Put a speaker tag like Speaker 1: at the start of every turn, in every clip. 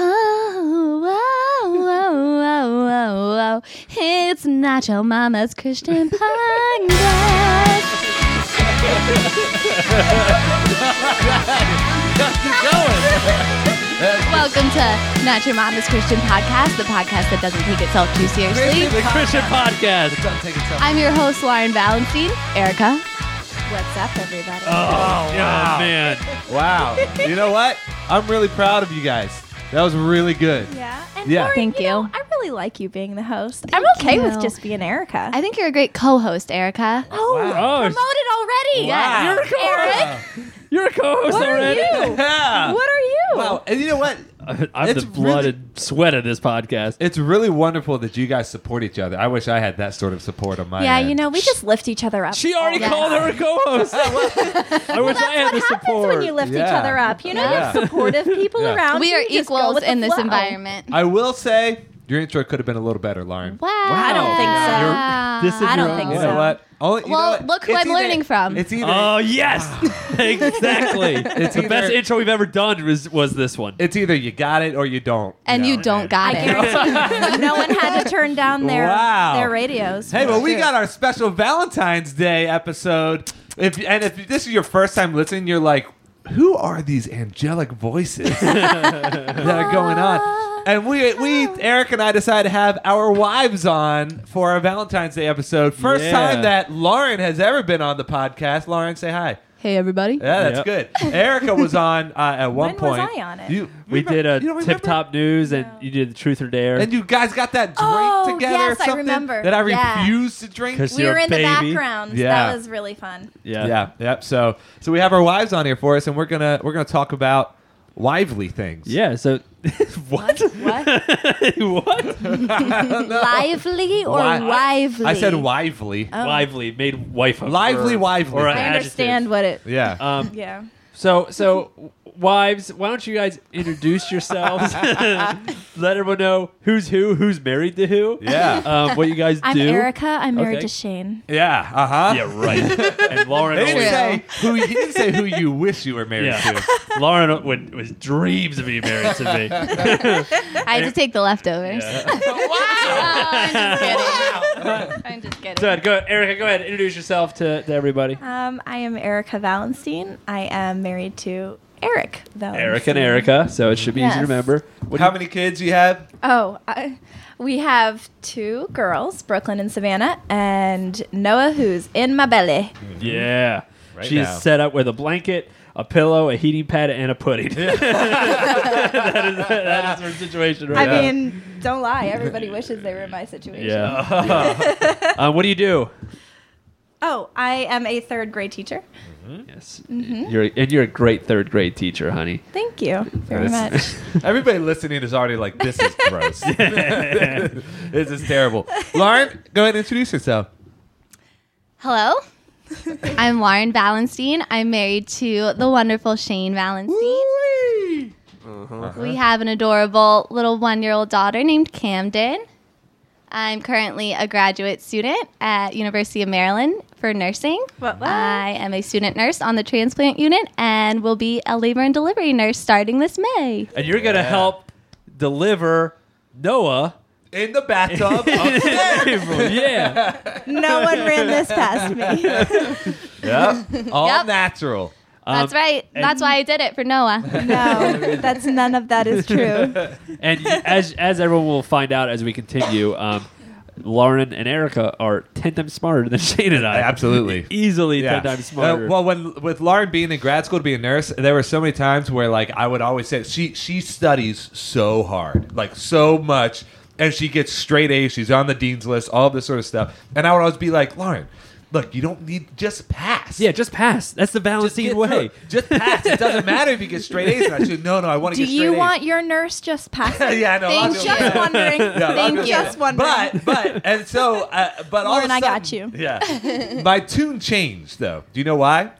Speaker 1: Oh, It's Nacho Mama's Christian Podcast. Welcome to Nacho Mama's Christian Podcast, the podcast that doesn't take itself too seriously.
Speaker 2: The Christian podcast.
Speaker 3: Don't take it so-
Speaker 1: I'm your host, Lauren Valenstein. Erica. What's up, everybody?
Speaker 2: Oh, man.
Speaker 3: Wow. You know what? I'm really proud of you guys. That was really good.
Speaker 4: Yeah. And
Speaker 3: Yeah.
Speaker 4: Lauren,
Speaker 1: Thank
Speaker 4: know,
Speaker 1: you.
Speaker 4: I really like you being the host. I'm
Speaker 1: Thank
Speaker 4: okay
Speaker 1: you.
Speaker 4: with just being Erica.
Speaker 1: I think you're a great co host, Erica.
Speaker 4: oh,
Speaker 2: Oh,
Speaker 4: promoted already.
Speaker 1: Wow.
Speaker 2: You're a co-host.
Speaker 3: Wow.
Speaker 2: You're a co-host
Speaker 4: What are
Speaker 2: already.
Speaker 4: you?
Speaker 3: Yeah.
Speaker 4: What are you?
Speaker 3: Wow. And you know what?
Speaker 2: I'm
Speaker 3: It's
Speaker 2: the blood
Speaker 3: really-
Speaker 2: and sweat of this podcast.
Speaker 3: It's really wonderful that you guys support each other. I wish I had that sort of support on my
Speaker 4: Yeah,
Speaker 3: end.
Speaker 4: you know, we just lift each other up.
Speaker 2: She already
Speaker 1: Yes.
Speaker 2: called her a co-host.
Speaker 3: Ah,
Speaker 2: I wish I had the
Speaker 4: Oh, That's
Speaker 2: support.
Speaker 4: when you lift each
Speaker 3: Yeah.
Speaker 4: other up. You know,
Speaker 3: Yeah.
Speaker 4: you have supportive people
Speaker 3: Yeah.
Speaker 4: around.
Speaker 1: We
Speaker 4: you,
Speaker 1: are
Speaker 4: you just go
Speaker 1: equals
Speaker 4: with the
Speaker 1: in this
Speaker 4: flow.
Speaker 1: environment.
Speaker 3: I will say your intro could have been a little better, Lauren.
Speaker 1: Wow.
Speaker 4: I don't think so.
Speaker 2: You're- this is
Speaker 4: I don't
Speaker 2: your
Speaker 4: think
Speaker 2: own
Speaker 3: You
Speaker 2: way.
Speaker 3: know
Speaker 4: so.
Speaker 3: what? Only, you know
Speaker 1: Well,
Speaker 3: what?
Speaker 1: look who I'm
Speaker 3: either-
Speaker 1: learning from.
Speaker 3: It's either
Speaker 2: Oh yes, exactly.
Speaker 3: It's
Speaker 2: the best
Speaker 3: either-
Speaker 2: intro we've ever done was, was this one.
Speaker 3: it's either you got it or you don't.
Speaker 1: And
Speaker 3: know?
Speaker 1: you don't got
Speaker 4: I
Speaker 1: it.
Speaker 4: guarantee you, no one had to turn down their
Speaker 3: Wow.
Speaker 4: their radios.
Speaker 3: Hey, well, we
Speaker 4: True.
Speaker 3: got our special Valentine's Day episode. If and if this is your first time listening, you're like, who are these angelic voices that are going on? And we, we, Eric and I decided to have our wives on for our Valentine's Day episode. First
Speaker 2: Yeah.
Speaker 3: time that Lauren has ever been on the podcast. Lauren, say hi.
Speaker 1: Hey, everybody.
Speaker 3: Yeah, that's
Speaker 2: Yep.
Speaker 3: good. Erica was on uh, at one
Speaker 4: When was
Speaker 3: point.
Speaker 4: I on it?
Speaker 3: You,
Speaker 2: we
Speaker 3: remember-
Speaker 2: did
Speaker 3: you don't
Speaker 2: a
Speaker 3: remember?
Speaker 2: tip top news, and you did the truth or dare.
Speaker 3: And you guys got that drink
Speaker 4: Oh,
Speaker 3: together or
Speaker 4: yes, I
Speaker 3: something
Speaker 4: remember.
Speaker 3: that I
Speaker 4: Yeah.
Speaker 3: refused to drink.
Speaker 2: 'Cause
Speaker 4: we
Speaker 2: your
Speaker 4: were in the
Speaker 2: baby.
Speaker 4: background.
Speaker 3: Yeah.
Speaker 4: That was really fun.
Speaker 2: yeah.
Speaker 3: yeah, yep. So so we have our wives on here for us, and we're gonna we're gonna talk about lively things.
Speaker 2: Yeah, So what?
Speaker 1: What?
Speaker 2: what?
Speaker 4: Oh.
Speaker 1: Lively or
Speaker 3: Wi-
Speaker 1: lively?
Speaker 3: I said lively.
Speaker 2: Lively Oh. made wife. of-
Speaker 3: Lively,
Speaker 2: or-
Speaker 3: wively.
Speaker 2: Or an
Speaker 4: I understand
Speaker 2: adjective.
Speaker 4: what it.
Speaker 3: yeah.
Speaker 2: Um,
Speaker 4: Yeah.
Speaker 2: So, so w- wives, why don't you guys introduce yourselves? Let everyone know who's who, who's married to who.
Speaker 3: Yeah.
Speaker 2: Um, what you guys
Speaker 4: I'm
Speaker 2: do?
Speaker 4: Erica. I'm married
Speaker 2: Okay.
Speaker 4: to Shane.
Speaker 3: yeah. Uh huh.
Speaker 2: Yeah, right. And Lauren
Speaker 3: They didn't
Speaker 2: always.
Speaker 3: say who you didn't say who you wish you were married
Speaker 2: Yeah.
Speaker 3: to.
Speaker 2: Lauren would, was dreams of being married to me.
Speaker 1: I had to take the leftovers.
Speaker 2: Yeah.
Speaker 1: I'm just kidding.
Speaker 2: So go, Erica. Go ahead. Introduce yourself to, to everybody.
Speaker 4: Um, I am Erica Valenstein. I am married to Eric. Valenstein.
Speaker 2: Eric and Erica. So it should be easy
Speaker 1: Yes.
Speaker 2: to remember. What do
Speaker 3: How
Speaker 2: you-
Speaker 3: many kids you have?
Speaker 4: Oh, I, we have two girls, Brooklyn and Savannah, and Noah, who's in my belly.
Speaker 2: Yeah.
Speaker 3: Right
Speaker 2: She's
Speaker 3: now.
Speaker 2: set up with a blanket, a pillow, a heating pad, and a pudding. that, is, that is her situation right now.
Speaker 4: I mean, don't lie. Everybody wishes they were in my situation.
Speaker 2: Yeah. um, what do you do?
Speaker 4: Oh, I am a third grade teacher.
Speaker 2: Yes.
Speaker 3: Mm-hmm.
Speaker 2: You're and you're a great third grade teacher, honey.
Speaker 4: Thank you very much.
Speaker 3: Everybody listening is already like, this is gross. this is terrible. Lauren, go ahead and introduce yourself.
Speaker 1: Hello. I'm Lauren Valenstein. I'm married to the wonderful Shane Valenstein.
Speaker 3: Uh-huh.
Speaker 1: We have an adorable little one year old daughter named Camden. I'm currently a graduate student at University of Maryland for nursing.
Speaker 4: What, what?
Speaker 1: I am a student nurse on the transplant unit and will be a labor and delivery nurse starting this May.
Speaker 2: And you're gonna
Speaker 3: Yeah.
Speaker 2: help deliver Noah.
Speaker 3: In the bathtub.
Speaker 2: yeah.
Speaker 4: no one ran this past me.
Speaker 3: yep. All
Speaker 1: Yep.
Speaker 3: natural.
Speaker 1: That's right.
Speaker 2: and-
Speaker 1: That's why I did it for Noah.
Speaker 4: No, that's none of that is true.
Speaker 2: And as as everyone will find out as we continue, um, Lauren and Erica are ten times smarter than Shane and I.
Speaker 3: Absolutely.
Speaker 2: Easily
Speaker 3: Yeah.
Speaker 2: ten times
Speaker 3: Uh,
Speaker 2: smarter.
Speaker 3: well, when with Lauren being in grad school to be a nurse, there were so many times where like I would always say she she studies so hard, like so much, and she gets straight A's. She's on the dean's list, all this sort of stuff. And I would always be like, Lauren, look, you don't need just pass.
Speaker 2: yeah, just pass. That's the
Speaker 3: Get
Speaker 2: balancing
Speaker 3: through
Speaker 2: way.
Speaker 3: it. Just pass. It doesn't matter if you get straight A's. And I should no, no, I want to
Speaker 4: Do
Speaker 3: get straight
Speaker 4: you
Speaker 3: A's.
Speaker 4: want your nurse just passing?
Speaker 3: yeah, I know. a lot of
Speaker 1: Thank
Speaker 3: people-
Speaker 1: you.
Speaker 4: Just wondering.
Speaker 3: Yeah, a lot of
Speaker 4: Thank
Speaker 3: people
Speaker 4: you.
Speaker 3: say
Speaker 4: Just
Speaker 3: that.
Speaker 4: wondering.
Speaker 3: But but and so uh, but all
Speaker 4: Lauren,
Speaker 3: of a
Speaker 4: I
Speaker 3: sudden,
Speaker 4: got you.
Speaker 3: Yeah, my tune changed though. Do you know why?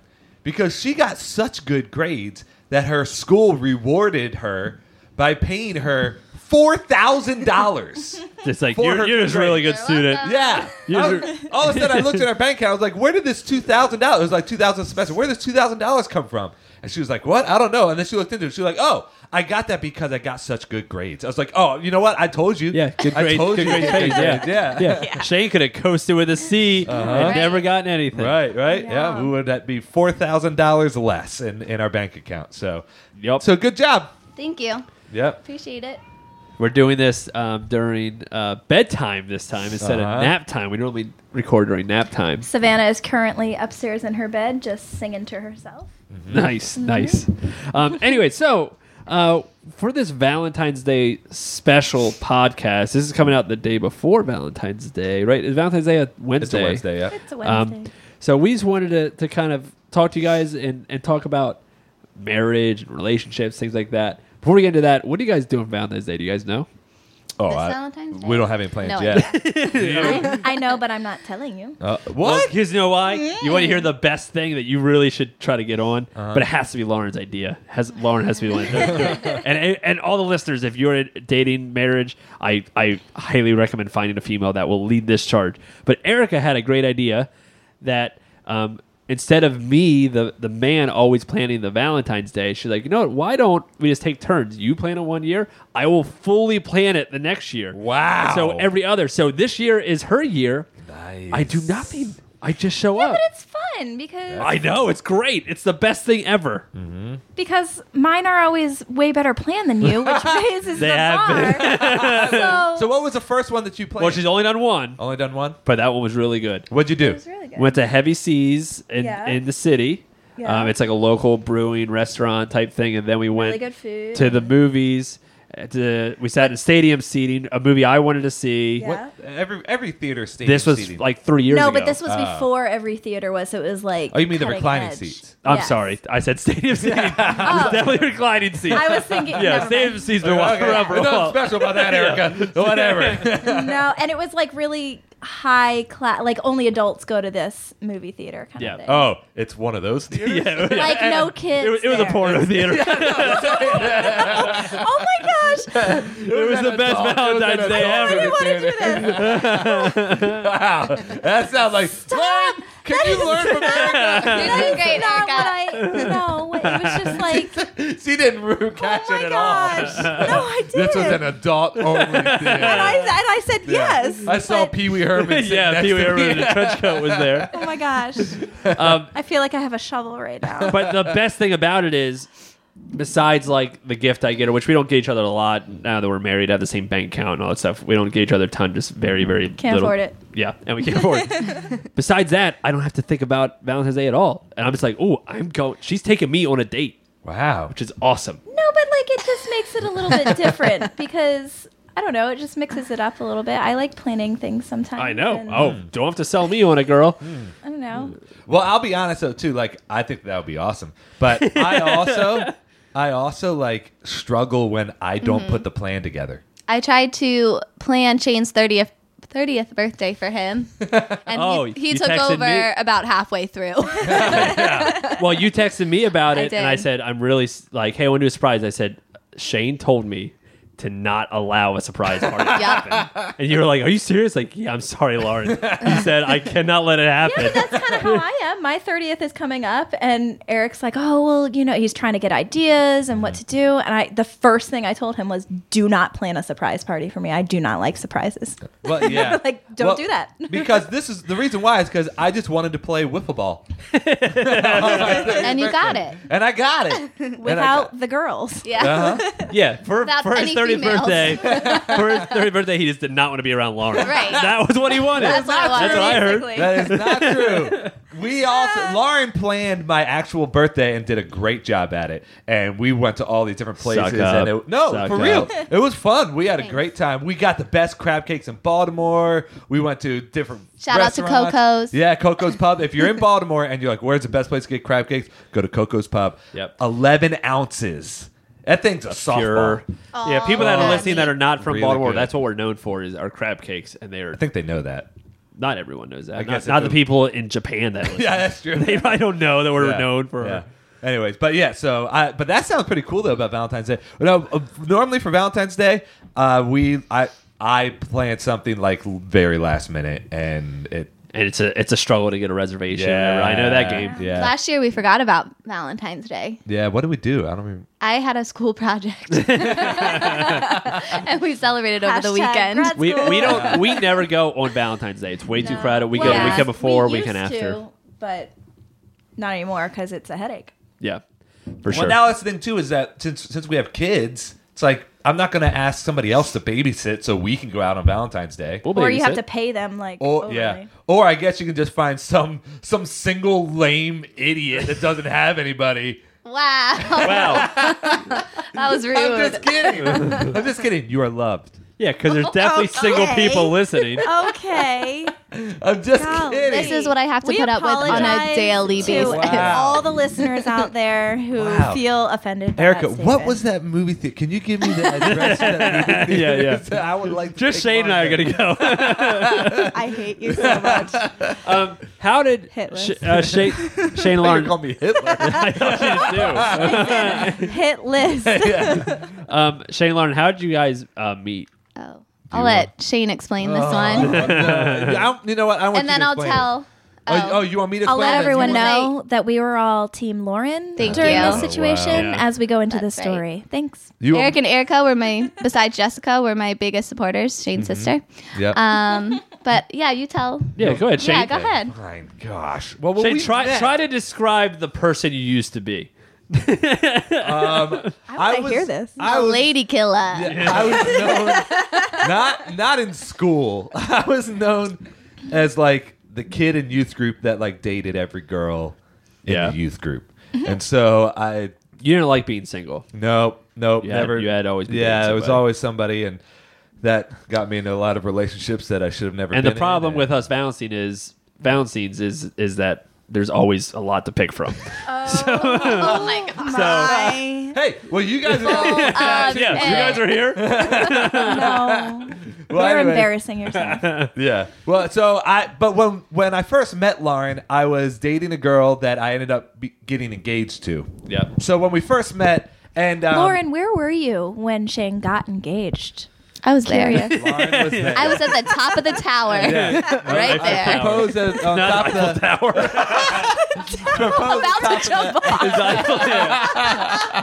Speaker 3: Because she got such good grades that her school rewarded her by paying her four thousand dollars.
Speaker 2: Just like
Speaker 3: For her
Speaker 2: you're, you're just a really good student.
Speaker 3: Yeah.
Speaker 2: You're
Speaker 3: I was- all of a sudden, I looked at her bank account. I was like, "Where did this two thousand dollars? It was like two thousand semester. Where did this two thousand dollars come from?" And she was like, "What? I don't know." And then she looked into it. She was like, "Oh, I got that because I got such good grades. I was like, oh, you know what? I told you.
Speaker 2: Yeah, good
Speaker 3: I
Speaker 2: grades.
Speaker 3: told
Speaker 2: Good
Speaker 3: you.
Speaker 2: grades.
Speaker 3: I did
Speaker 2: grades,
Speaker 3: good
Speaker 2: yeah.
Speaker 3: grades,
Speaker 2: yeah. Shane could have coasted with a C and
Speaker 1: Right.
Speaker 2: never gotten anything.
Speaker 3: Right, right. Yeah.
Speaker 1: Yeah.
Speaker 3: we would that be four thousand dollars less in, in our bank account? So,
Speaker 2: Yep.
Speaker 3: so good job.
Speaker 1: Thank you.
Speaker 3: Yep.
Speaker 1: Appreciate it.
Speaker 2: We're doing this um, during uh, bedtime this time instead
Speaker 3: Uh-huh.
Speaker 2: of nap time. We normally record during nap time.
Speaker 4: Savannah is currently upstairs in her bed, just singing to herself.
Speaker 2: Nice, nice. Um, anyway, so uh, for this Valentine's Day special podcast, this is coming out the day before Valentine's Day, right? Is Valentine's Day a
Speaker 3: It's a
Speaker 2: Wednesday?
Speaker 3: Wednesday. Yeah.
Speaker 4: It's a
Speaker 2: Um, so we just wanted to, to kind of talk to you guys and, and talk about marriage and relationships, things like that. Before we get into that, what do you guys do on Valentine's Day? Do you guys know?
Speaker 3: Oh,
Speaker 1: This
Speaker 3: I-
Speaker 1: Valentine's Day?
Speaker 3: we don't have any plans
Speaker 1: No.
Speaker 3: yet.
Speaker 4: I, I know, but I'm not telling
Speaker 2: Oh.
Speaker 4: you.
Speaker 3: Uh, what? Mm.
Speaker 2: Because you know why? You want to hear the best thing that you really should try to get on,
Speaker 3: Uh-huh.
Speaker 2: but it has to be Lauren's idea. Has Lauren has to be the one. that does it. and and all the listeners, if you're in dating marriage, I I highly recommend finding a female that will lead this charge. But Erica had a great idea that. Um, Instead of me, the, the man always planning the Valentine's Day, she's like, you know what? Why don't we just take turns? You plan it one year, I will fully plan it the next year.
Speaker 3: Wow.
Speaker 2: So every other. So this year is her year.
Speaker 3: Nice.
Speaker 2: I do nothing. I just show
Speaker 4: Yeah,
Speaker 2: up.
Speaker 4: but it's fun because
Speaker 2: I know it's great. It's the best thing ever.
Speaker 4: because mine are always way better planned than you, which raises
Speaker 2: They
Speaker 4: the
Speaker 2: have
Speaker 4: bar. so,
Speaker 3: So what was the first one that you played?
Speaker 2: Well, she's only done one,
Speaker 3: only done one.
Speaker 2: but that one was really good.
Speaker 3: What'd you
Speaker 4: it
Speaker 3: do?
Speaker 4: was really good.
Speaker 2: Went to Heavy Seas in,
Speaker 4: Yeah.
Speaker 2: in the city.
Speaker 4: Yeah.
Speaker 2: Um, it's like a local brewing restaurant type thing, and then we went
Speaker 4: really good food.
Speaker 2: to the movies. uh, To, we sat in stadium seating. A movie I wanted to see.
Speaker 4: Yeah.
Speaker 3: What? Every every theater station.
Speaker 2: This was
Speaker 3: seating.
Speaker 2: like three years
Speaker 4: no,
Speaker 2: ago.
Speaker 4: but this was
Speaker 3: Oh.
Speaker 4: before every theater was. So it was like.
Speaker 3: Oh, you mean the
Speaker 4: cutting
Speaker 3: reclining
Speaker 4: edge.
Speaker 3: seats?
Speaker 2: I'm
Speaker 4: Yes.
Speaker 2: sorry, I said stadium seating. It was
Speaker 4: Oh.
Speaker 2: definitely reclining seat.
Speaker 4: I was thinking.
Speaker 2: yeah,
Speaker 4: never mind.
Speaker 2: stadium seat's been
Speaker 3: Okay.
Speaker 2: forever.
Speaker 3: Nothing special about that, Erica. Whatever.
Speaker 4: no, and it was like really high class. Like only adults go to this movie theater kind
Speaker 2: Yeah.
Speaker 4: of thing.
Speaker 3: oh, it's one of those theaters.
Speaker 2: Yeah, yeah.
Speaker 4: Like no
Speaker 2: It,
Speaker 4: kids.
Speaker 2: was- it was a
Speaker 4: there.
Speaker 2: porno theater.
Speaker 4: Oh my gosh!
Speaker 2: It was the best Valentine's Day
Speaker 4: I
Speaker 2: ever.
Speaker 4: didn't want to do this.
Speaker 3: Wow, that sounds like.
Speaker 4: Stop!
Speaker 3: Can you learn from Erica?
Speaker 1: You're doing great,
Speaker 4: Not
Speaker 1: Erica.
Speaker 4: what I. No, it was just like.
Speaker 3: She didn't root catch
Speaker 4: oh
Speaker 3: it
Speaker 4: my
Speaker 3: at
Speaker 4: gosh!
Speaker 3: all.
Speaker 4: No, I did.
Speaker 3: This was an adult only theater.
Speaker 4: and I and I said yes.
Speaker 3: I saw
Speaker 4: but-
Speaker 3: Pee Wee Herman. sitting
Speaker 2: yeah,
Speaker 3: next
Speaker 2: Pee Wee
Speaker 3: to me.
Speaker 2: Herman in a trench coat was there.
Speaker 4: Oh my gosh!
Speaker 2: Um,
Speaker 4: I feel like I have a shovel right now.
Speaker 2: but the best thing about it is, besides like the gift I get her, which we don't get each other a lot now that we're married, have the same bank account and all that stuff. We don't get each other a ton, just very, very
Speaker 4: Can't
Speaker 2: little.
Speaker 4: afford it.
Speaker 2: Yeah, and we can't afford it. Besides that, I don't have to think about Valentine's Day at all. And I'm just like, oh, I'm going. She's taking me on a date,
Speaker 3: Wow.
Speaker 2: which is awesome.
Speaker 4: No, but like it just makes it a little bit different because I don't know. It just mixes it up a little bit. I like planning things sometimes.
Speaker 2: I know.
Speaker 4: and-
Speaker 2: Oh, don't have to sell me on a girl.
Speaker 4: I don't know.
Speaker 3: Well, I'll be honest though too. Like, I think that would be awesome. But I also, I also like struggle when I don't
Speaker 4: Mm-hmm.
Speaker 3: put the plan together.
Speaker 1: I tried to plan Shane's 30th 30th birthday for him. And
Speaker 2: Oh,
Speaker 1: he, he
Speaker 2: you
Speaker 1: took
Speaker 2: texted
Speaker 1: over
Speaker 2: me?
Speaker 1: about halfway through.
Speaker 2: well, you texted me about
Speaker 1: I
Speaker 2: it, and I
Speaker 1: did.
Speaker 2: said, "I'm really s- like, hey, I want to do a surprise." I said, "Shane told me to not allow a surprise party." to
Speaker 1: Yep.
Speaker 2: happen." And you were like, "Are you serious?" Like, yeah, I'm sorry, Lauren. He said, "I cannot let it happen."
Speaker 4: Yeah, but that's kind of how I am. My 30th is coming up, and Eric's like, oh, well, you know, he's trying to get ideas and what
Speaker 2: Mm-hmm.
Speaker 4: to do. And I, the first thing I told him was, do not plan a surprise party for me. I do not like surprises.
Speaker 3: Well, yeah.
Speaker 4: Like, don't
Speaker 3: Well,
Speaker 4: do that.
Speaker 3: because this is the reason why is because I just wanted to play wiffle ball,
Speaker 1: and you got it.
Speaker 3: and I got it. And I got-
Speaker 4: Without the girls.
Speaker 1: Yeah.
Speaker 3: Uh-huh.
Speaker 2: yeah, for,
Speaker 1: Without
Speaker 2: for his
Speaker 1: any
Speaker 2: 30th
Speaker 1: females.
Speaker 2: birthday, for his 30th birthday, he just did not want to be around Lauren.
Speaker 1: Right.
Speaker 2: That was what he wanted.
Speaker 1: That's what I
Speaker 2: That's
Speaker 1: wanted.
Speaker 2: what I heard.
Speaker 4: Basically.
Speaker 3: That is not true. We also Lauren planned my actual birthday and did a great job at it. And we went to all these different places.
Speaker 2: Suck up.
Speaker 3: And it, no,
Speaker 2: Suck
Speaker 3: for
Speaker 2: up.
Speaker 3: real, it was fun. We had a
Speaker 1: Thanks.
Speaker 3: great time. We got the best crab cakes in Baltimore. We went to different.
Speaker 1: Shout out to
Speaker 3: restaurants.
Speaker 1: Coco's.
Speaker 3: Yeah, Coco's Pub. If you're in Baltimore and you're like, "Where's the best place to get crab cakes?" Go to Coco's Pub.
Speaker 2: Yep.
Speaker 3: Eleven ounces. That thing's a softball.
Speaker 2: Pure. yeah, people that
Speaker 1: Oh,
Speaker 2: are listening that
Speaker 1: yeah.
Speaker 2: are not from
Speaker 3: Really
Speaker 2: Baltimore,
Speaker 3: good.
Speaker 2: that's what we're known for is our crab cakes, and they are
Speaker 3: I think they know that.
Speaker 2: not everyone knows that. not
Speaker 3: guess if
Speaker 2: not the
Speaker 3: it-
Speaker 2: people in Japan that listen.
Speaker 3: Yeah, that's true.
Speaker 2: they probably don't know that we're
Speaker 3: Yeah.
Speaker 2: known for.
Speaker 3: Yeah. Anyways, but yeah, so I but that sounds pretty cool though about Valentine's Day. You know, uh, normally for Valentine's Day, uh, we I I plan something like very last minute, and it
Speaker 2: and it's a it's a struggle to get a reservation.
Speaker 3: Yeah.
Speaker 2: I know that game.
Speaker 3: Yeah.
Speaker 1: Last year we forgot about Valentine's Day.
Speaker 3: Yeah, what do we do? I don't even.
Speaker 1: I had a school project, and we celebrated over the
Speaker 4: Hashtag
Speaker 1: weekend.
Speaker 4: grad
Speaker 2: We,
Speaker 4: school.
Speaker 2: we don't we never go on Valentine's Day. It's way too
Speaker 4: No.
Speaker 2: crowded. We go
Speaker 1: Well,
Speaker 2: the weekend before,
Speaker 4: we
Speaker 2: weekend
Speaker 4: used
Speaker 2: after.
Speaker 4: to, but not anymore because it's a headache.
Speaker 2: Yeah, for sure.
Speaker 3: Well, now that's the thing too is that since since we have kids, it's like I'm not going to ask somebody else to babysit so we can go out on Valentine's Day.
Speaker 2: We'll
Speaker 4: Or you have
Speaker 2: babysit.
Speaker 4: to pay them like.
Speaker 3: Or
Speaker 4: overly.
Speaker 3: yeah, or I guess you can just find some some single lame idiot that doesn't have anybody.
Speaker 1: Wow,
Speaker 2: Wow.
Speaker 1: that was
Speaker 3: I'm
Speaker 1: rude.
Speaker 3: just kidding. I'm just kidding. You are loved.
Speaker 2: Yeah, because there's definitely single
Speaker 4: Okay.
Speaker 2: people listening.
Speaker 4: Okay.
Speaker 3: I'm just
Speaker 4: Golly.
Speaker 3: kidding.
Speaker 1: This is what I have to
Speaker 4: We
Speaker 1: put up with on a
Speaker 4: apologize
Speaker 1: daily
Speaker 4: to
Speaker 1: basis.
Speaker 3: Wow.
Speaker 4: all the listeners out there who
Speaker 3: Wow.
Speaker 4: feel offended. By
Speaker 3: Erica,
Speaker 4: that
Speaker 3: what was that movie theater? Can you give me the address? of that movie
Speaker 2: Yeah, yeah.
Speaker 3: theater? I would like. To take
Speaker 2: Just Shane and I are
Speaker 3: one.
Speaker 2: gonna go.
Speaker 4: that? I hate you so much.
Speaker 2: Um, how did
Speaker 4: Hitless.
Speaker 2: Sh- uh, Shane
Speaker 3: You're
Speaker 2: Shane
Speaker 3: gonna
Speaker 2: Lauren?
Speaker 3: call me Hitler.
Speaker 2: I thought you
Speaker 4: Hit list.
Speaker 2: just do. Um, Shane Lauren, how did you guys uh, meet?
Speaker 1: Oh. I'll let Shane
Speaker 3: Oh,
Speaker 1: explain this one,
Speaker 3: I, you know what? I want
Speaker 1: and
Speaker 3: you
Speaker 1: then
Speaker 3: to
Speaker 1: I'll
Speaker 3: explain it.
Speaker 1: tell. Oh,
Speaker 3: Oh, oh, you want me to?
Speaker 4: I'll
Speaker 3: explain
Speaker 4: let
Speaker 3: it?
Speaker 4: everyone
Speaker 3: You
Speaker 1: Thank
Speaker 3: want-
Speaker 1: you.
Speaker 4: know that we were all Team Lauren
Speaker 1: Thank
Speaker 4: during
Speaker 1: you.
Speaker 4: this situation
Speaker 2: Oh, wow.
Speaker 4: as we go into
Speaker 1: That's
Speaker 4: the story. Thanks.
Speaker 3: You want-
Speaker 1: Eric and Erica were my, besides Jessica, were my biggest supporters. Shane's sister.
Speaker 3: Yep.
Speaker 1: Um, but yeah, you tell.
Speaker 2: Yeah, go ahead, Shane.
Speaker 1: Yeah, go ahead.
Speaker 3: Fine. Gosh. Well, when
Speaker 2: Shane,
Speaker 3: we
Speaker 2: try
Speaker 3: met,
Speaker 2: try to describe the person you used to be. Uh,
Speaker 3: Um, I,
Speaker 4: wanna
Speaker 3: was-
Speaker 4: hear this.
Speaker 3: I
Speaker 1: A
Speaker 3: was,
Speaker 1: lady killer.
Speaker 3: yeah, I was known not not in school. I was known as like the kid in youth group that like dated every girl in
Speaker 2: Yeah.
Speaker 3: the youth group, and so I
Speaker 2: You didn't like being single.
Speaker 3: Nope, nope,
Speaker 2: You had-
Speaker 3: never.
Speaker 2: you had always been
Speaker 3: yeah,
Speaker 2: dating
Speaker 3: it was
Speaker 2: somebody.
Speaker 3: always somebody, and that got me into a lot of relationships that I should have never.
Speaker 2: And
Speaker 3: been
Speaker 2: the problem
Speaker 3: in.
Speaker 2: with us balancing is balancings is is that there's always a lot to pick from.
Speaker 1: Oh my god.
Speaker 4: Bye.
Speaker 3: hey, well, you guys,
Speaker 4: Oh,
Speaker 3: are,
Speaker 1: Um,
Speaker 2: yeah, you
Speaker 1: eh.
Speaker 2: guys are here.
Speaker 4: no.
Speaker 3: well,
Speaker 4: You're
Speaker 3: anyway,
Speaker 4: embarrassing yourself.
Speaker 3: Yeah. Well, so I, but when when I first met Lauren, I was dating a girl that I ended up be- getting engaged to.
Speaker 2: yeah.
Speaker 3: So when we first met, and um,
Speaker 4: Lauren, where were you when Shane got engaged?
Speaker 1: I was there.
Speaker 3: Lauren was there.
Speaker 1: I was at the top of the tower. Right
Speaker 2: I
Speaker 1: there.
Speaker 3: proposed at- on
Speaker 2: Not
Speaker 3: top of
Speaker 2: Eiffel
Speaker 3: the
Speaker 2: Tower.
Speaker 3: proposed
Speaker 1: About
Speaker 3: top
Speaker 1: to jump off.
Speaker 2: Is Eiffel- yeah.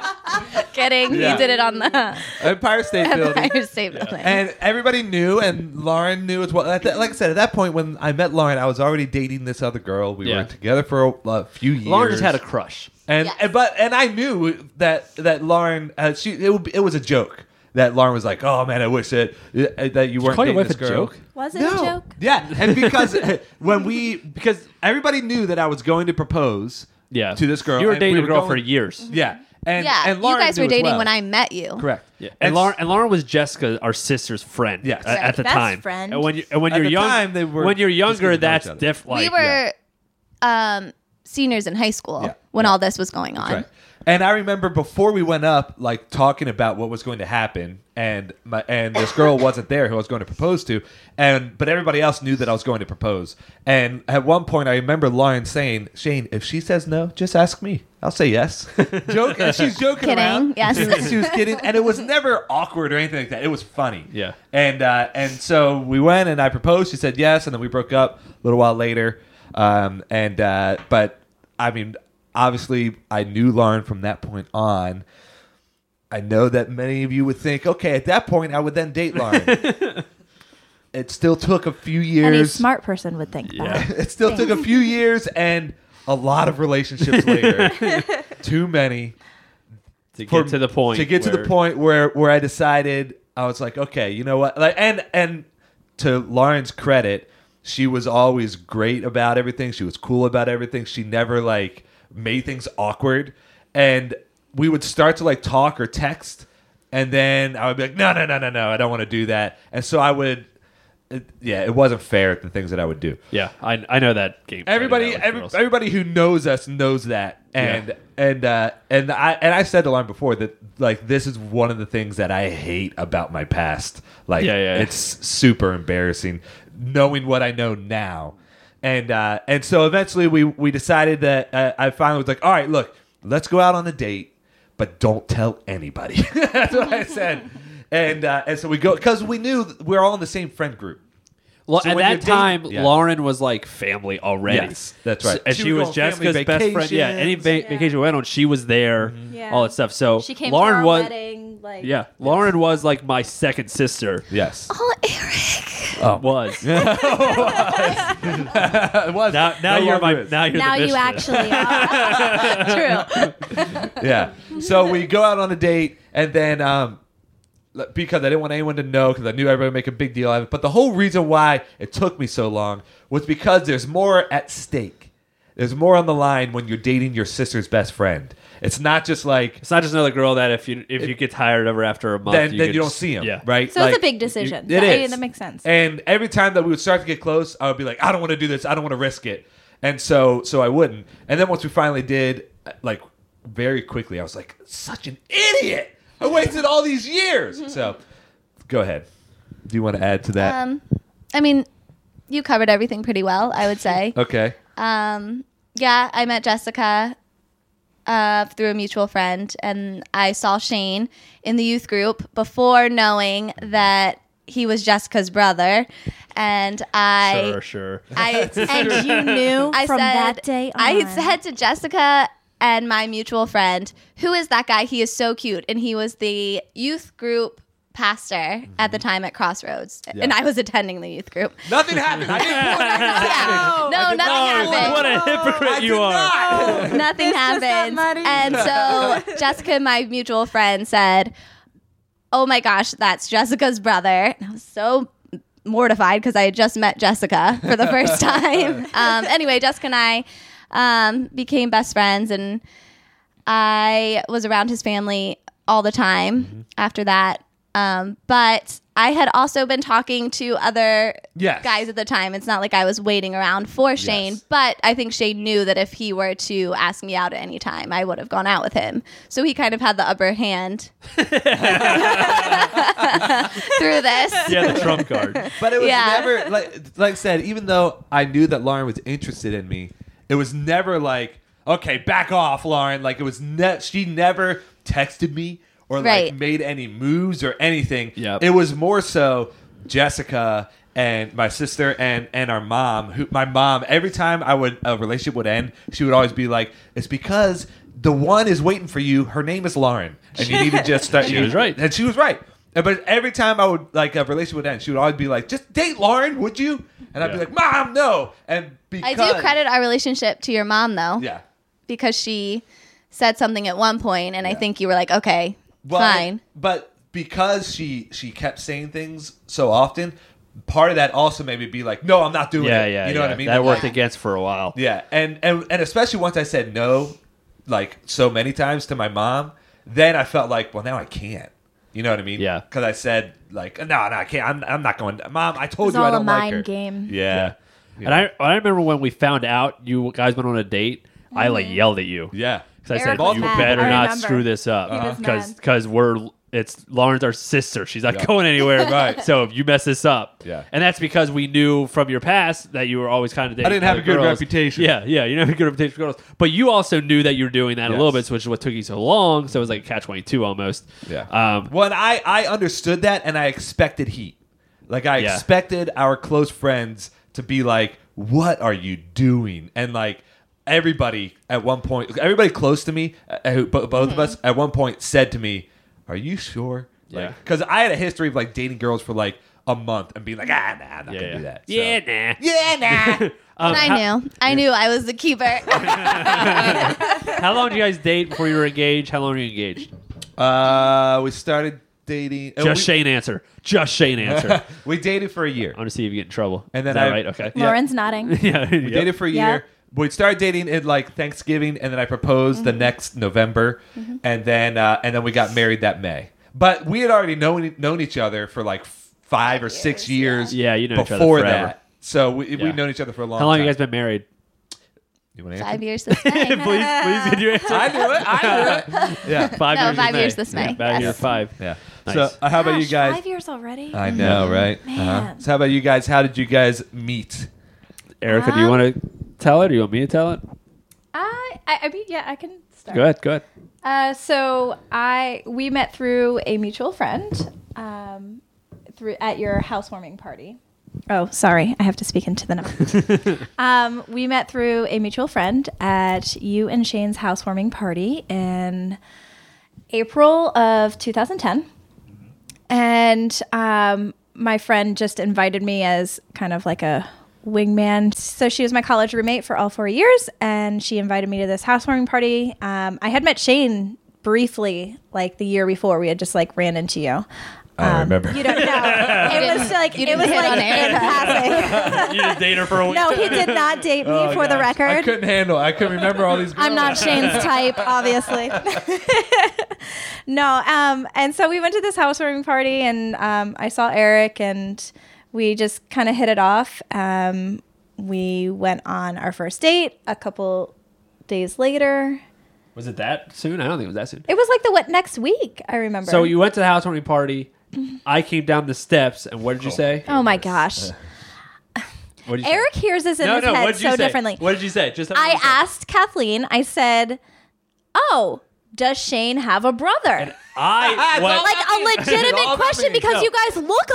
Speaker 1: Kidding.
Speaker 3: Yeah.
Speaker 1: He did it on the
Speaker 3: Empire State Building.
Speaker 1: Empire State Building.
Speaker 3: and everybody knew, and Lauren knew as well. At that- like I said, at that point when I met Lauren, I was already dating this other girl. We
Speaker 2: Yeah.
Speaker 3: were together for a, a few years.
Speaker 2: Lauren just had a crush.
Speaker 3: and,
Speaker 1: Yes.
Speaker 3: and- but and I knew that that Lauren uh, she it, would be, it was a joke that Lauren was like, oh man, I wish that uh, that you weren't
Speaker 2: call
Speaker 3: dating
Speaker 2: your wife
Speaker 3: this
Speaker 2: a
Speaker 3: girl.
Speaker 2: joke?
Speaker 4: Was it
Speaker 3: no.
Speaker 4: a joke?
Speaker 3: Yeah, and because uh, when we because everybody knew that I was going to propose.
Speaker 2: Yeah.
Speaker 3: to this girl.
Speaker 2: You were
Speaker 3: and we
Speaker 2: dating a girl
Speaker 3: going-
Speaker 2: for years.
Speaker 3: Yeah, and
Speaker 1: yeah,
Speaker 3: and Lauren
Speaker 1: you guys
Speaker 3: knew
Speaker 1: were
Speaker 3: as
Speaker 1: dating
Speaker 3: well.
Speaker 1: when I met you.
Speaker 3: correct.
Speaker 2: Yeah. And,
Speaker 3: so-
Speaker 2: Lauren, and Lauren was Jessica, our sister's friend.
Speaker 3: Yes.
Speaker 2: At, at the
Speaker 4: Best
Speaker 2: time.
Speaker 4: friend.
Speaker 2: And when you and when
Speaker 3: At
Speaker 2: you're
Speaker 3: the
Speaker 2: young,
Speaker 3: time, they were
Speaker 2: when you're
Speaker 3: just getting to
Speaker 2: younger,
Speaker 3: know
Speaker 2: that's
Speaker 3: each other.
Speaker 2: different.
Speaker 1: we were um, seniors in high school
Speaker 3: Yeah.
Speaker 1: when all this was going on.
Speaker 3: Right. And I remember before we went up, like talking about what was going to happen, and my and this girl wasn't there who I was going to propose to, and but everybody else knew that I was going to propose. And at one point, I remember Lauren saying, "Shane, if she says no, just ask me. I'll say yes." Joke, and she's joking
Speaker 1: Kidding,
Speaker 3: around.
Speaker 1: yes.
Speaker 3: she, was- she was kidding, and it was never awkward or anything like that. It was funny.
Speaker 2: Yeah.
Speaker 3: And uh, and so we went, and I proposed. She said yes, and then we broke up a little while later. Um, and uh, but I mean, obviously, I knew Lauren from that point on. I know that many of you would think, okay, at that point, I would then date Lauren. it still took a few
Speaker 4: Any
Speaker 3: years.
Speaker 4: smart person would think that.
Speaker 3: it still took a few years and a lot of relationships later. Too many
Speaker 2: To get
Speaker 3: for-
Speaker 2: to the point.
Speaker 3: to get to
Speaker 2: where-
Speaker 3: the point where where I decided I was like, okay, you know what? Like, and and to Lauren's credit, she was always great about everything. She was cool about everything. She never like made things awkward. And we would start to like talk or text, and then I would be like, no, no, no, no, no, I don't want to do that. And so I would, it, yeah, it wasn't fair the things that I would do.
Speaker 2: Yeah, I, I know that game. I
Speaker 3: Everybody,
Speaker 2: know that with
Speaker 3: every,
Speaker 2: girls.
Speaker 3: everybody who knows us knows that, and and uh, and I and I said to Lauren before that like this is one of the things that I hate about my past. Like,
Speaker 2: Yeah, yeah.
Speaker 3: it's super embarrassing knowing what I know now, and uh, and so eventually we we decided that uh, I finally was like, all right, look, let's go out on a date, but don't tell anybody. That's what I said, and uh, and so we go because we knew we we're all in the same friend group.
Speaker 2: Well,
Speaker 3: So
Speaker 2: at
Speaker 3: when
Speaker 2: that
Speaker 3: you're dating-
Speaker 2: time,
Speaker 3: Yeah.
Speaker 2: Lauren was like family already.
Speaker 3: Yes, that's right.
Speaker 2: S- And
Speaker 3: She
Speaker 2: she,
Speaker 3: would go
Speaker 2: was
Speaker 3: on family
Speaker 2: Jessica's best friend. Yeah, any va-
Speaker 4: Yeah.
Speaker 2: vacation we went on, she was there.
Speaker 4: Yeah.
Speaker 2: All that stuff. So
Speaker 4: She came
Speaker 2: Lauren
Speaker 4: to our
Speaker 2: was.
Speaker 4: wedding. Like,
Speaker 2: Yeah, Lauren was like my second sister.
Speaker 3: Yes.
Speaker 1: Oh, Eric.
Speaker 2: Was
Speaker 3: it was.
Speaker 2: now, now
Speaker 3: No
Speaker 2: you're my
Speaker 3: longer is.
Speaker 2: now you're
Speaker 1: now
Speaker 2: the
Speaker 1: you
Speaker 2: mistress.
Speaker 1: actually are. True.
Speaker 3: yeah. So we go out on a date, and then um, l- because I didn't want anyone to know, because I knew everybody would make a big deal out of it. But the whole reason why it took me so long was because there's more at stake. There's more on the line when you're dating your sister's best friend. It's not just like
Speaker 2: It's not just another girl that if you if you get tired of her after a month,
Speaker 3: then you, then
Speaker 2: could
Speaker 3: you don't
Speaker 2: just-
Speaker 3: see him,
Speaker 2: Yeah,
Speaker 3: right?
Speaker 4: So
Speaker 3: Like,
Speaker 4: it's a big decision.
Speaker 3: It
Speaker 4: that,
Speaker 3: is.
Speaker 4: that makes sense.
Speaker 3: And every time that we would start to get close, I would be like, I don't want to do this. I don't want to risk it. And so, so I wouldn't. And then once we finally did, like very quickly, I was like, such an idiot. I wasted all these years. So, go ahead. Do you want to add to that?
Speaker 1: Um, I mean, you covered everything pretty well, I would say.
Speaker 3: okay.
Speaker 1: Um, yeah, I met Jessica uh, through a mutual friend, and I saw Shane in the youth group before knowing that he was Jessica's brother. And I,
Speaker 2: sure, sure.
Speaker 1: I, and
Speaker 4: you knew
Speaker 1: I
Speaker 4: from
Speaker 1: said,
Speaker 4: that day
Speaker 1: I
Speaker 4: on.
Speaker 1: said to Jessica and my mutual friend, "Who is that guy? He is so cute." And he was the youth group pastor at
Speaker 2: Mm-hmm.
Speaker 1: the time at Crossroads, and I was attending the youth group.
Speaker 3: Nothing happened. I didn't
Speaker 1: Yeah. No, nothing happened.
Speaker 2: What a
Speaker 3: I
Speaker 2: hypocrite
Speaker 3: did
Speaker 2: you are!
Speaker 3: not.
Speaker 4: Oh.
Speaker 1: Nothing
Speaker 4: This just got
Speaker 1: happened.
Speaker 4: muddy.
Speaker 1: And so Jessica, my mutual friend, said, "Oh my gosh, that's Jessica's brother." And I was so mortified because I had just met Jessica for the first time. Um, anyway, Jessica and I um, became best friends, and I was around his family all the time after that. Um, but I had also been talking to other
Speaker 3: Yes.
Speaker 1: guys at the time. It's not like I was waiting around for Shane, but I think Shane knew that if he were to ask me out at any time, I would have gone out with him. So he kind of had the upper hand through this.
Speaker 2: Yeah, the trump card.
Speaker 3: But it was
Speaker 1: Yeah.
Speaker 3: never like like I said, even though I knew that Lauren was interested in me, it was never like, okay, back off, Lauren. Like it was ne- she never texted me or like
Speaker 1: Right.
Speaker 3: made any moves or anything.
Speaker 2: Yep.
Speaker 3: It was more so Jessica and my sister and and our mom who my mom every time I would a relationship would end, she would always be like, It's because the one is waiting for you. Her name is Lauren. And you need to just start
Speaker 2: She was right.
Speaker 3: and she was right. And- But every time I would like a relationship would end, she would always be like, "Just date Lauren, would you?" And I'd be
Speaker 2: Yeah.
Speaker 3: like, "Mom, no." And
Speaker 1: I
Speaker 3: because
Speaker 1: do credit our relationship to your mom, though,
Speaker 3: yeah,
Speaker 1: because she said something at one point, and I
Speaker 3: Yeah.
Speaker 1: think you were like, okay,
Speaker 3: Well,
Speaker 1: fine.
Speaker 3: But because she she kept saying things so often, part of that also made me be like, "No, I'm not doing
Speaker 2: Yeah,
Speaker 3: it."
Speaker 2: yeah,
Speaker 3: you know
Speaker 2: yeah.
Speaker 3: what I mean?
Speaker 2: That
Speaker 3: Like,
Speaker 2: worked against for a while.
Speaker 3: Yeah, and and and especially once I said no, like so many times to my mom, then I felt like, well, now I can't. You know what I mean?
Speaker 2: Yeah.
Speaker 3: Because I said like, no, no, I can't. I'm, I'm not going. Mom, I told
Speaker 4: It's
Speaker 3: you I
Speaker 4: all a
Speaker 3: don't like
Speaker 4: mind
Speaker 3: her.
Speaker 4: game.
Speaker 3: Yeah. yeah.
Speaker 2: And I, I remember when we found out you guys went on a date, I like
Speaker 4: Mm-hmm.
Speaker 2: yelled at you.
Speaker 3: Yeah.
Speaker 2: 'Cause I said,
Speaker 1: Eric was
Speaker 2: you
Speaker 1: mad.
Speaker 2: better
Speaker 4: I
Speaker 2: not
Speaker 4: remember.
Speaker 2: screw this
Speaker 4: He was
Speaker 2: up. Because
Speaker 4: mad.
Speaker 2: we're, it's Lauren's our sister. She's not
Speaker 3: Yeah.
Speaker 2: going anywhere.
Speaker 3: Right.
Speaker 2: So if you mess this up.
Speaker 3: Yeah.
Speaker 2: And that's because we knew from your past that you were always kind of dating.
Speaker 3: I didn't have
Speaker 2: other
Speaker 3: a good
Speaker 2: girls.
Speaker 3: reputation.
Speaker 2: Yeah. Yeah. You didn't have a good reputation for girls. But you also knew that you were doing that a
Speaker 3: Yes.
Speaker 2: little bit, which is what took you so long. So it was like a catch 22 almost.
Speaker 3: Yeah.
Speaker 2: Um,
Speaker 3: when I I understood that and I expected heat. Like I
Speaker 2: Yeah.
Speaker 3: expected our close friends to be like, "What are you doing?" And like everybody at one point, everybody close to me, uh, who- bo- both of us at one point said to me, "Are you sure?"
Speaker 2: Yeah.
Speaker 3: Because I had a history of like dating girls for like a month and being like, "Ah, nah, I'm not gonna
Speaker 2: yeah. yeah.
Speaker 3: do that." So-
Speaker 2: Yeah. Nah.
Speaker 3: Yeah, nah.
Speaker 2: Um,
Speaker 1: And I
Speaker 2: how-
Speaker 1: knew. I knew I was the keeper.
Speaker 2: How long did you guys date before you were engaged? How long were you engaged?
Speaker 3: uh, we started dating. uh,
Speaker 2: Just
Speaker 3: we,
Speaker 2: Shane answer. Just Shane answer. I'm
Speaker 3: We dated for a year.
Speaker 2: gonna see if you get in trouble.
Speaker 3: And
Speaker 2: And
Speaker 3: then
Speaker 2: then Is that
Speaker 3: I-
Speaker 2: right? Okay.
Speaker 3: Yeah.
Speaker 4: Lauren's nodding.
Speaker 2: yeah.
Speaker 3: We
Speaker 2: Yep.
Speaker 3: dated for a
Speaker 4: Yeah.
Speaker 3: year. We started dating in like Thanksgiving, and then I proposed
Speaker 4: Mm-hmm.
Speaker 3: the next November, and then uh, and then we got married that May. But we had already known known each other for like f- five or six
Speaker 1: Years,
Speaker 3: years.
Speaker 2: yeah. Yeah, you know each other
Speaker 3: before
Speaker 2: forever.
Speaker 3: that. So we
Speaker 2: Yeah.
Speaker 3: we've known each other for a long.
Speaker 2: How long
Speaker 3: time.
Speaker 2: you guys been married?
Speaker 3: You wanna answer?
Speaker 1: five years this May.
Speaker 4: Uh,
Speaker 2: please, please, could you answer?
Speaker 3: I knew it. I knew it. yeah.
Speaker 2: Five
Speaker 1: No,
Speaker 2: years.
Speaker 1: five
Speaker 2: this
Speaker 1: years
Speaker 2: May.
Speaker 1: this May.
Speaker 2: Yeah, five
Speaker 1: Yes.
Speaker 2: years. Five.
Speaker 3: Yeah.
Speaker 2: Nice. Mm-hmm.
Speaker 3: So uh, how about you
Speaker 4: Gosh,
Speaker 3: guys?
Speaker 4: Five years already.
Speaker 3: I know, right? Uh-huh.
Speaker 4: Man.
Speaker 3: So how about you guys? How did you guys meet?
Speaker 2: Erica, do you
Speaker 4: Um,
Speaker 2: want to tell it? Or do you want me to tell it?
Speaker 4: I, I, I mean, yeah, I can start.
Speaker 2: Go ahead. Go ahead.
Speaker 4: Uh, so I we met through a mutual friend um, through at your housewarming party. Oh, sorry. I have to speak into the number. um, we met through a mutual friend at you and Shane's housewarming party in April of 2010. And um, my friend just invited me as kind of like a wingman. So she was my college roommate for all four years, and she invited me to this housewarming party. Um, I had met Shane briefly, like the year before. We had just like ran into you. Um,
Speaker 5: I don't remember.
Speaker 4: You don't know. it was like it
Speaker 1: didn't
Speaker 4: was
Speaker 1: hit
Speaker 4: like
Speaker 1: on air.
Speaker 4: in passing.
Speaker 2: You just date her for a week.
Speaker 4: no, he did not date me for the
Speaker 3: Oh, I
Speaker 4: record.
Speaker 3: couldn't handle. it. I couldn't remember all these. Girls.
Speaker 4: I'm not Shane's type, obviously. no, um, and so we went to this housewarming party, and um, I saw Eric, and we just kind of hit it off. Um, we went on our first date a couple days later.
Speaker 2: Was it that soon? I don't think it was that soon.
Speaker 4: It was like the what next week? I remember.
Speaker 2: So you went to the housewarming party. I came down the steps, and what did you say?
Speaker 4: Mm-hmm. Oh my gosh.
Speaker 2: What did you
Speaker 4: Eric hears this in
Speaker 2: say? Uh, No,
Speaker 4: his
Speaker 2: no.
Speaker 4: head
Speaker 2: What did you
Speaker 4: so
Speaker 2: say?
Speaker 4: differently.
Speaker 2: What did you say? Just
Speaker 4: I asked Kathleen, I said, Oh, does Shane have a brother?
Speaker 2: I went,
Speaker 4: Like a legitimate
Speaker 3: all
Speaker 4: question
Speaker 3: happening.
Speaker 4: because
Speaker 2: No.
Speaker 4: you guys look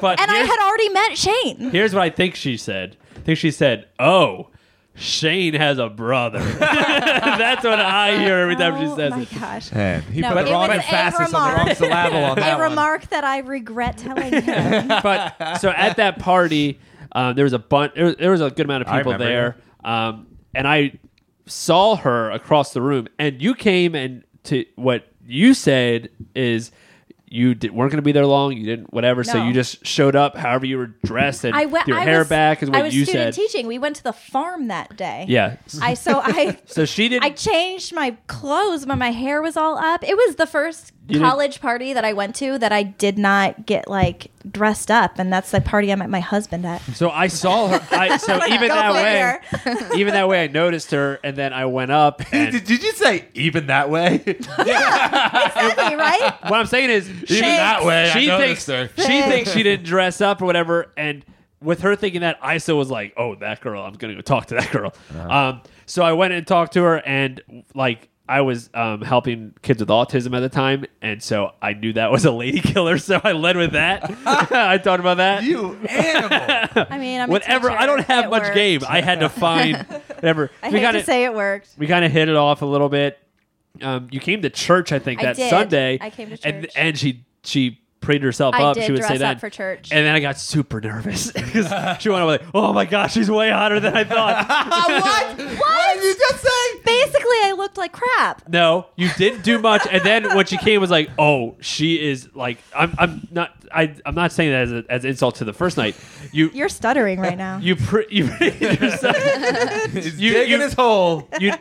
Speaker 2: But
Speaker 4: and I
Speaker 2: here's-
Speaker 4: had already met Shane.
Speaker 2: Here's what I think she said. I think she said, "Oh, Shane has a brother." That's what I hear every time she
Speaker 4: oh
Speaker 2: says
Speaker 4: my
Speaker 2: it.
Speaker 4: gosh.
Speaker 5: Man,
Speaker 3: He
Speaker 4: No,
Speaker 3: put
Speaker 4: it
Speaker 3: the wrong
Speaker 4: was
Speaker 3: emphasis
Speaker 4: a
Speaker 3: on the wrong
Speaker 4: remark.
Speaker 3: syllable on that
Speaker 4: A
Speaker 3: one.
Speaker 4: remark that I regret telling him.
Speaker 2: But so at that party, um, there was a bunch. There, was- there was a good amount of
Speaker 5: I
Speaker 2: people
Speaker 5: remember
Speaker 2: there, um, and I saw her across the room. And you came and to what you said is. You did, weren't going to be there long. You didn't, whatever. So
Speaker 4: No.
Speaker 2: you just showed up, however you were dressed, and
Speaker 4: I went
Speaker 2: your
Speaker 4: I
Speaker 2: hair
Speaker 4: was,
Speaker 2: back is
Speaker 4: I
Speaker 2: what
Speaker 4: was
Speaker 2: you
Speaker 4: student
Speaker 2: said.
Speaker 4: teaching. We went to the farm that day.
Speaker 2: Yeah.
Speaker 4: I so I
Speaker 2: So she didn't.
Speaker 4: I changed my clothes, but my hair was all up. It was the first
Speaker 2: didn't-
Speaker 4: college party that I went to that I did not get like dressed up, and that's the party I met my husband at.
Speaker 2: So I saw her. I, so even that way, even that way, I noticed her, and then I went up. And
Speaker 3: Did, did you say even that way?
Speaker 4: Exactly, right?
Speaker 2: what I'm saying is, she,
Speaker 4: that
Speaker 5: way, I
Speaker 2: she
Speaker 5: noticed
Speaker 2: thinks
Speaker 5: her.
Speaker 2: she thinks she didn't dress up or whatever. And with her thinking that, I still was like, "Oh, that girl! I'm gonna go talk to that girl."
Speaker 5: Uh-huh.
Speaker 2: Um, so I went and talked to her, and like. I was um, helping kids with autism at the time, and so I knew that was a lady killer. So I led with that. I thought about that.
Speaker 3: you animal.
Speaker 4: I mean, I'm a
Speaker 2: whatever.
Speaker 4: teacher.
Speaker 2: I don't have
Speaker 4: It
Speaker 2: much
Speaker 4: worked.
Speaker 2: game. I had to find whatever.
Speaker 4: I
Speaker 2: We
Speaker 4: hate
Speaker 2: gotta-
Speaker 4: to say it worked.
Speaker 2: we kind of hit it off a little bit. Um, you came to church, I think,
Speaker 4: I
Speaker 2: that
Speaker 4: did.
Speaker 2: Sunday.
Speaker 4: I came to
Speaker 2: and
Speaker 4: church.
Speaker 2: and she she prayed herself
Speaker 4: I
Speaker 2: up.
Speaker 4: did
Speaker 2: she would say
Speaker 4: dress
Speaker 2: that
Speaker 4: up for church.
Speaker 2: and then I got super nervous because she went like, "Oh my gosh, she's way hotter than I thought."
Speaker 3: what? What did you just say?
Speaker 4: Basically, I looked like crap.
Speaker 2: no, you didn't do much. And then when she came, it was like, "Oh, she is like I'm I'm not I I'm not saying that as a, as insult to the first night. You
Speaker 4: You're stuttering right now.
Speaker 2: you pr- you yourself.
Speaker 3: He's
Speaker 2: You-
Speaker 3: digging
Speaker 2: you-
Speaker 3: his hole.
Speaker 2: you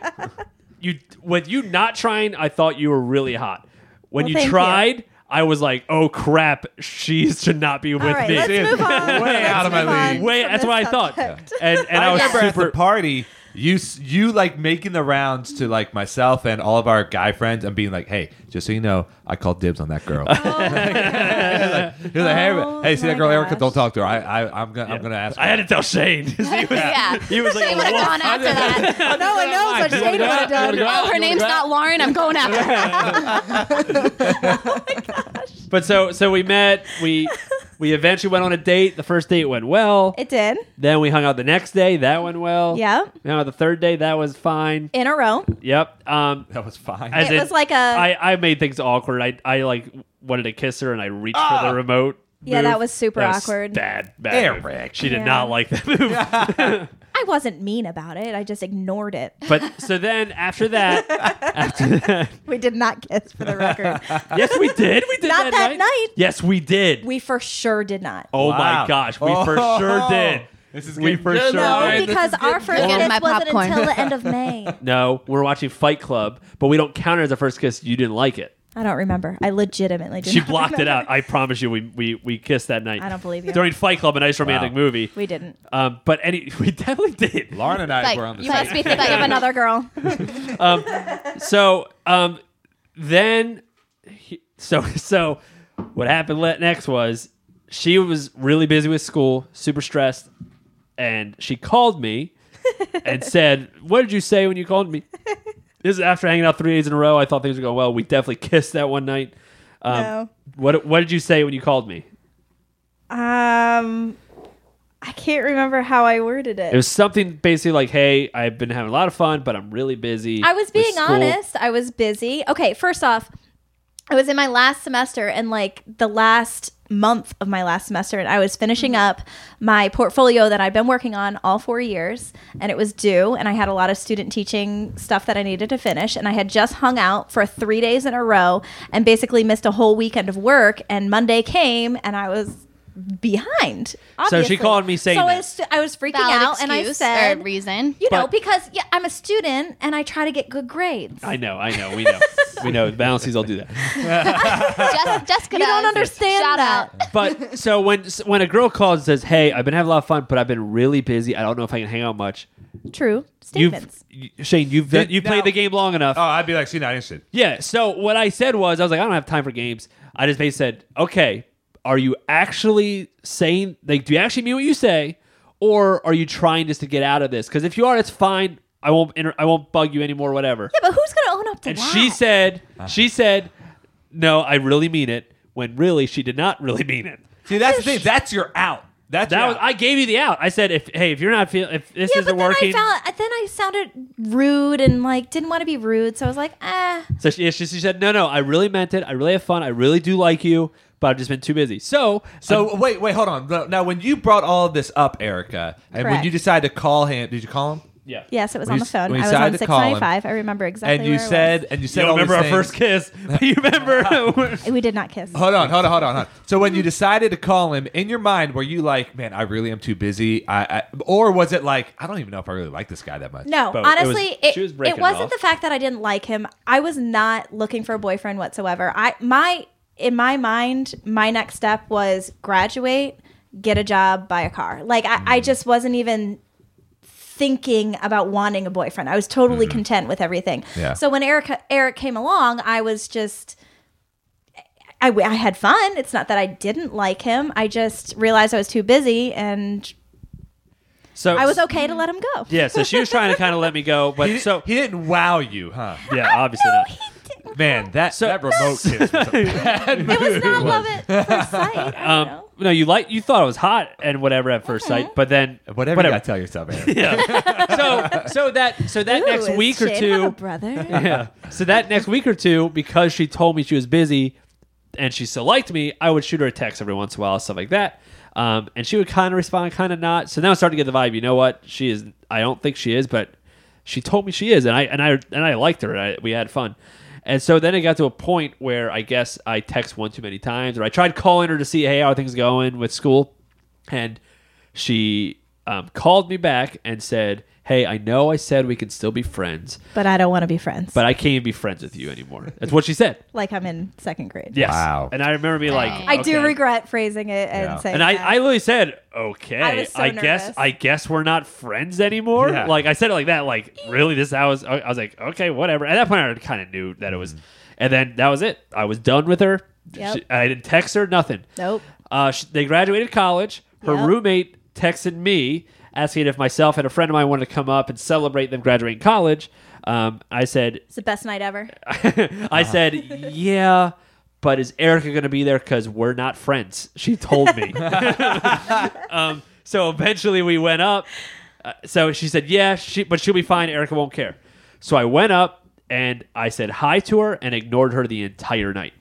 Speaker 2: you with you not trying i thought you were really hot when
Speaker 4: Well,
Speaker 2: you
Speaker 4: thank you.
Speaker 2: tried i was was like oh crap she should not be with
Speaker 4: All right,
Speaker 2: me
Speaker 4: let's move on.
Speaker 3: Way
Speaker 4: Let's
Speaker 3: out of my
Speaker 4: move on
Speaker 3: league.
Speaker 2: Way-
Speaker 4: from
Speaker 2: that's
Speaker 4: this
Speaker 2: what i thought
Speaker 4: subject.
Speaker 2: and and
Speaker 3: I,
Speaker 2: i, was
Speaker 3: remember at
Speaker 2: super
Speaker 3: the party, you s- you like making the rounds to like myself and all of our guy friends and being like, hey, just so you know, I called dibs on that girl. He was like, hey,
Speaker 4: Oh
Speaker 3: hey, see
Speaker 4: my
Speaker 3: that girl, Erica?
Speaker 4: gosh.
Speaker 3: Don't talk to her. I, I I'm gonna I'm gonna ask.
Speaker 2: i
Speaker 3: her.
Speaker 2: had to tell shane 'Cause he was,
Speaker 1: yeah.
Speaker 2: he was like
Speaker 1: Shane would have
Speaker 2: "Whoa."
Speaker 1: gone after that.
Speaker 4: No one knows what Shane would have done.
Speaker 1: oh, her name's not Lauren. I'm going after her.
Speaker 2: but so so we met we we eventually went on a date the first date went well
Speaker 4: It did.
Speaker 2: then we hung out the next day that went well
Speaker 4: Yeah.
Speaker 2: we hung out the third day that was fine
Speaker 4: In a row.
Speaker 2: yep um
Speaker 3: That was fine.
Speaker 2: As
Speaker 4: It
Speaker 2: in,
Speaker 4: was like a-
Speaker 2: I, I made things awkward. I, I like wanted to kiss her and I reached for
Speaker 3: Ah.
Speaker 2: the remote.
Speaker 4: Yeah,
Speaker 2: move.
Speaker 4: that was super
Speaker 2: That
Speaker 4: awkward.
Speaker 2: Bad, bad. move.
Speaker 3: Eric.
Speaker 2: She did
Speaker 4: Yeah.
Speaker 2: not like that move.
Speaker 4: I wasn't mean about it. I just ignored it.
Speaker 2: But so then after that,
Speaker 4: We did not kiss for the record.
Speaker 2: yes, we did. We did
Speaker 4: Not that night.
Speaker 2: Yes, we did.
Speaker 4: we for sure did not.
Speaker 2: oh
Speaker 3: Wow.
Speaker 2: my gosh, we for
Speaker 3: Oh.
Speaker 2: sure did.
Speaker 3: This is
Speaker 2: we
Speaker 3: getting
Speaker 2: for
Speaker 3: good,
Speaker 2: sure
Speaker 3: Lauren.
Speaker 2: did.
Speaker 4: No,
Speaker 3: this
Speaker 4: because
Speaker 3: is
Speaker 4: our
Speaker 3: good.
Speaker 4: first
Speaker 1: Look at
Speaker 4: kiss
Speaker 1: my
Speaker 4: wasn't
Speaker 1: popcorn.
Speaker 4: until the end of May.
Speaker 2: No, we're watching Fight Club, but we don't count it as a first kiss. You didn't like it.
Speaker 4: I don't remember. I legitimately did.
Speaker 2: She
Speaker 4: not
Speaker 2: blocked it out.
Speaker 4: remember.
Speaker 2: I promise you, we we, we kissed that night.
Speaker 4: I don't believe you.
Speaker 2: During Fight Club, a nice romantic
Speaker 3: Wow.
Speaker 2: movie.
Speaker 4: We didn't.
Speaker 2: Um, but any, we definitely did.
Speaker 3: Lauren and I
Speaker 1: Like,
Speaker 3: were on the
Speaker 1: you
Speaker 3: same.
Speaker 1: must be thinking of another.
Speaker 4: Another girl.
Speaker 2: so um then he- so so what happened le- next was she was really busy with school super stressed and she called me and said what did you say when you called me this is after hanging out three days in a row i thought things were going well we definitely kissed that one night um,
Speaker 4: No.
Speaker 2: what, what did you say when you called me
Speaker 4: Um, I can't remember how I worded it.
Speaker 2: It was something basically like, "Hey, I've been having a lot of fun, but I'm really busy."
Speaker 4: I was
Speaker 2: with
Speaker 4: being
Speaker 2: school."
Speaker 4: honest. I was busy. Okay, first off, I was in my last semester and like the last month of my last semester, and I was finishing
Speaker 1: Mm-hmm.
Speaker 4: up my portfolio that I've been working on all four years, and it was due, and I had a lot of student teaching stuff that I needed to finish, and I had just hung out for three days in a row and basically missed a whole weekend of work, and Monday came, and I was behind.
Speaker 2: So she
Speaker 4: obviously.
Speaker 2: called me saying
Speaker 4: so I
Speaker 2: that.
Speaker 4: was, I was freaking
Speaker 1: Valid
Speaker 4: out, and I
Speaker 1: excuse
Speaker 4: said,
Speaker 1: or reason.
Speaker 4: you know,
Speaker 2: But-
Speaker 4: because yeah, I'm a student and I try to get good grades.
Speaker 2: I know, I know, we know, we know. The balances all do that.
Speaker 1: Jess, Jessica,
Speaker 4: You don't
Speaker 1: does.
Speaker 4: understand
Speaker 1: Shout
Speaker 4: that.
Speaker 1: out.
Speaker 2: But so when when a girl calls and says, "Hey, I've been having a lot of fun, but I've been really busy. I don't know if I can hang out much."
Speaker 4: True
Speaker 2: You've,
Speaker 4: statements.
Speaker 2: you- Shane, you've
Speaker 3: Did-
Speaker 2: you
Speaker 3: now-
Speaker 2: played the game long enough.
Speaker 3: Oh, I'd be like, she's not interested.
Speaker 2: Yeah. So what I said was, I was like, I don't have time for games. I just basically said, okay, are you actually saying, like, do you actually mean what you say, or are you trying just to get out of this? Because if you are, it's fine. I won't, inter- I won't bug you anymore. Whatever.
Speaker 4: yeah, but who's gonna own up to
Speaker 2: and
Speaker 4: that?
Speaker 2: she said, she said, no, I really mean it. When really she did not really mean it.
Speaker 3: See, that's the thing. That's your out. That's
Speaker 2: That
Speaker 3: your
Speaker 2: was
Speaker 3: out.
Speaker 2: I gave you the out. I said, if hey, if you're not feeling, if this
Speaker 4: "Yeah, but
Speaker 2: isn't
Speaker 4: then
Speaker 2: working,
Speaker 4: I found, uh, then I sounded rude and like didn't want to be rude, so I was like, ah,
Speaker 2: So she, she, she said, "No, no, I really meant it. I really have fun. I really do like you, but I've just been too busy." So,
Speaker 3: So wait, wait, hold on. No- Now, when you brought all of this up, Erica, and when
Speaker 4: Correct.
Speaker 3: you decided to call him, did you call him?
Speaker 2: yeah,
Speaker 4: yes, it was
Speaker 3: We
Speaker 4: on the
Speaker 3: s-
Speaker 4: phone.
Speaker 3: we
Speaker 4: I was
Speaker 3: decided
Speaker 4: on
Speaker 3: to
Speaker 4: six
Speaker 3: call him.
Speaker 4: ninety five. I remember exactly.
Speaker 3: and you
Speaker 4: where I
Speaker 3: said, and you
Speaker 2: You
Speaker 3: said,
Speaker 2: don't
Speaker 3: all
Speaker 2: remember our
Speaker 3: these things.
Speaker 2: first kiss, but you remember.
Speaker 4: was. we did not kiss.
Speaker 3: Hold on, hold on, hold on, hold on. So when you decided to call him, in your mind, were you like, "Man, I really am too busy," I, I or was it like, "I don't even know if I really like this guy that much"?
Speaker 4: No,
Speaker 2: Both. It was-
Speaker 4: honestly, it,
Speaker 2: she was
Speaker 4: it,
Speaker 2: breaking it
Speaker 4: wasn't
Speaker 2: off.
Speaker 4: the fact that I didn't like him. I was not looking for a boyfriend whatsoever. I my in my mind, my next step was graduate, get a job, buy a car. Like I, I just wasn't even thinking about wanting a boyfriend. I was totally
Speaker 2: Mm-hmm.
Speaker 4: content with everything.
Speaker 3: Yeah.
Speaker 4: So when Erica Eric came along, I was just I, I had fun. It's not that I didn't like him. I just realized I was too busy and
Speaker 2: so
Speaker 4: I was okay to let him go.
Speaker 2: Yeah, so she was trying to kind of let me go,
Speaker 3: He,
Speaker 2: but
Speaker 3: didn't-
Speaker 2: so
Speaker 3: he didn't wow you, huh?
Speaker 2: yeah, obviously
Speaker 4: No,
Speaker 2: not.
Speaker 4: he didn't.
Speaker 3: Man, that
Speaker 2: So-
Speaker 3: that remote kiss was a bad
Speaker 4: It was
Speaker 3: move.
Speaker 4: not love at first sight. I don't
Speaker 2: Um,
Speaker 4: know.
Speaker 2: no, you like you thought it was hot and whatever at first
Speaker 4: Uh-huh.
Speaker 2: sight, but then
Speaker 3: Whatever, you gotta tell yourself, Aaron.
Speaker 2: yeah. So so that so that
Speaker 4: Ooh,
Speaker 2: next
Speaker 4: is
Speaker 2: week or
Speaker 4: Shane
Speaker 2: two,
Speaker 4: have a brother.
Speaker 2: yeah. So that next week or two, because she told me she was busy and she still liked me, I would shoot her a text every once in a while, stuff like that. Um, and she would kind of respond, kind of not. So now I started to get the vibe. You know what? She is. I don't think she is, but she told me she is, and I and I and I liked her. And I, we had fun. And so then it got to a point where I guess I text one too many times, or I tried calling her to see hey how are things going with school, and she um, called me back and said, "Hey, I know I said we can still be friends,
Speaker 4: But I don't want to be friends.
Speaker 2: but I can't even be friends with you anymore. That's what she said.
Speaker 4: like I'm in second grade.
Speaker 2: Yes.
Speaker 3: Wow.
Speaker 2: And I remember being like,
Speaker 4: I do
Speaker 2: okay.
Speaker 4: regret phrasing it and
Speaker 3: Yeah.
Speaker 4: saying
Speaker 2: And I,
Speaker 4: that.
Speaker 2: I literally said, okay,
Speaker 4: I was so
Speaker 2: guess,
Speaker 4: nervous.
Speaker 2: I guess we're not friends anymore.
Speaker 3: Yeah.
Speaker 2: Like I said it like that. Like really, this I was, I was like, okay, whatever. At that point, I kind of knew that it
Speaker 3: Mm-hmm.
Speaker 2: was, and then that was it. I was done with her.
Speaker 4: Yep.
Speaker 2: She- I didn't text her nothing.
Speaker 4: Nope.
Speaker 2: Uh, sh they graduated college. Her
Speaker 4: Yep.
Speaker 2: roommate texted me asking if myself and a friend of mine wanted to come up and celebrate them graduating college. Um, I said,
Speaker 4: it's the best night ever.
Speaker 2: Uh, I said, "Yeah, but is Erica going to be there? Because we're not friends." She told me. um, so eventually we went up. Uh, so she said, "Yeah, she, but she'll be fine. Erica won't care." So I went up and I said hi to her and ignored her the entire night.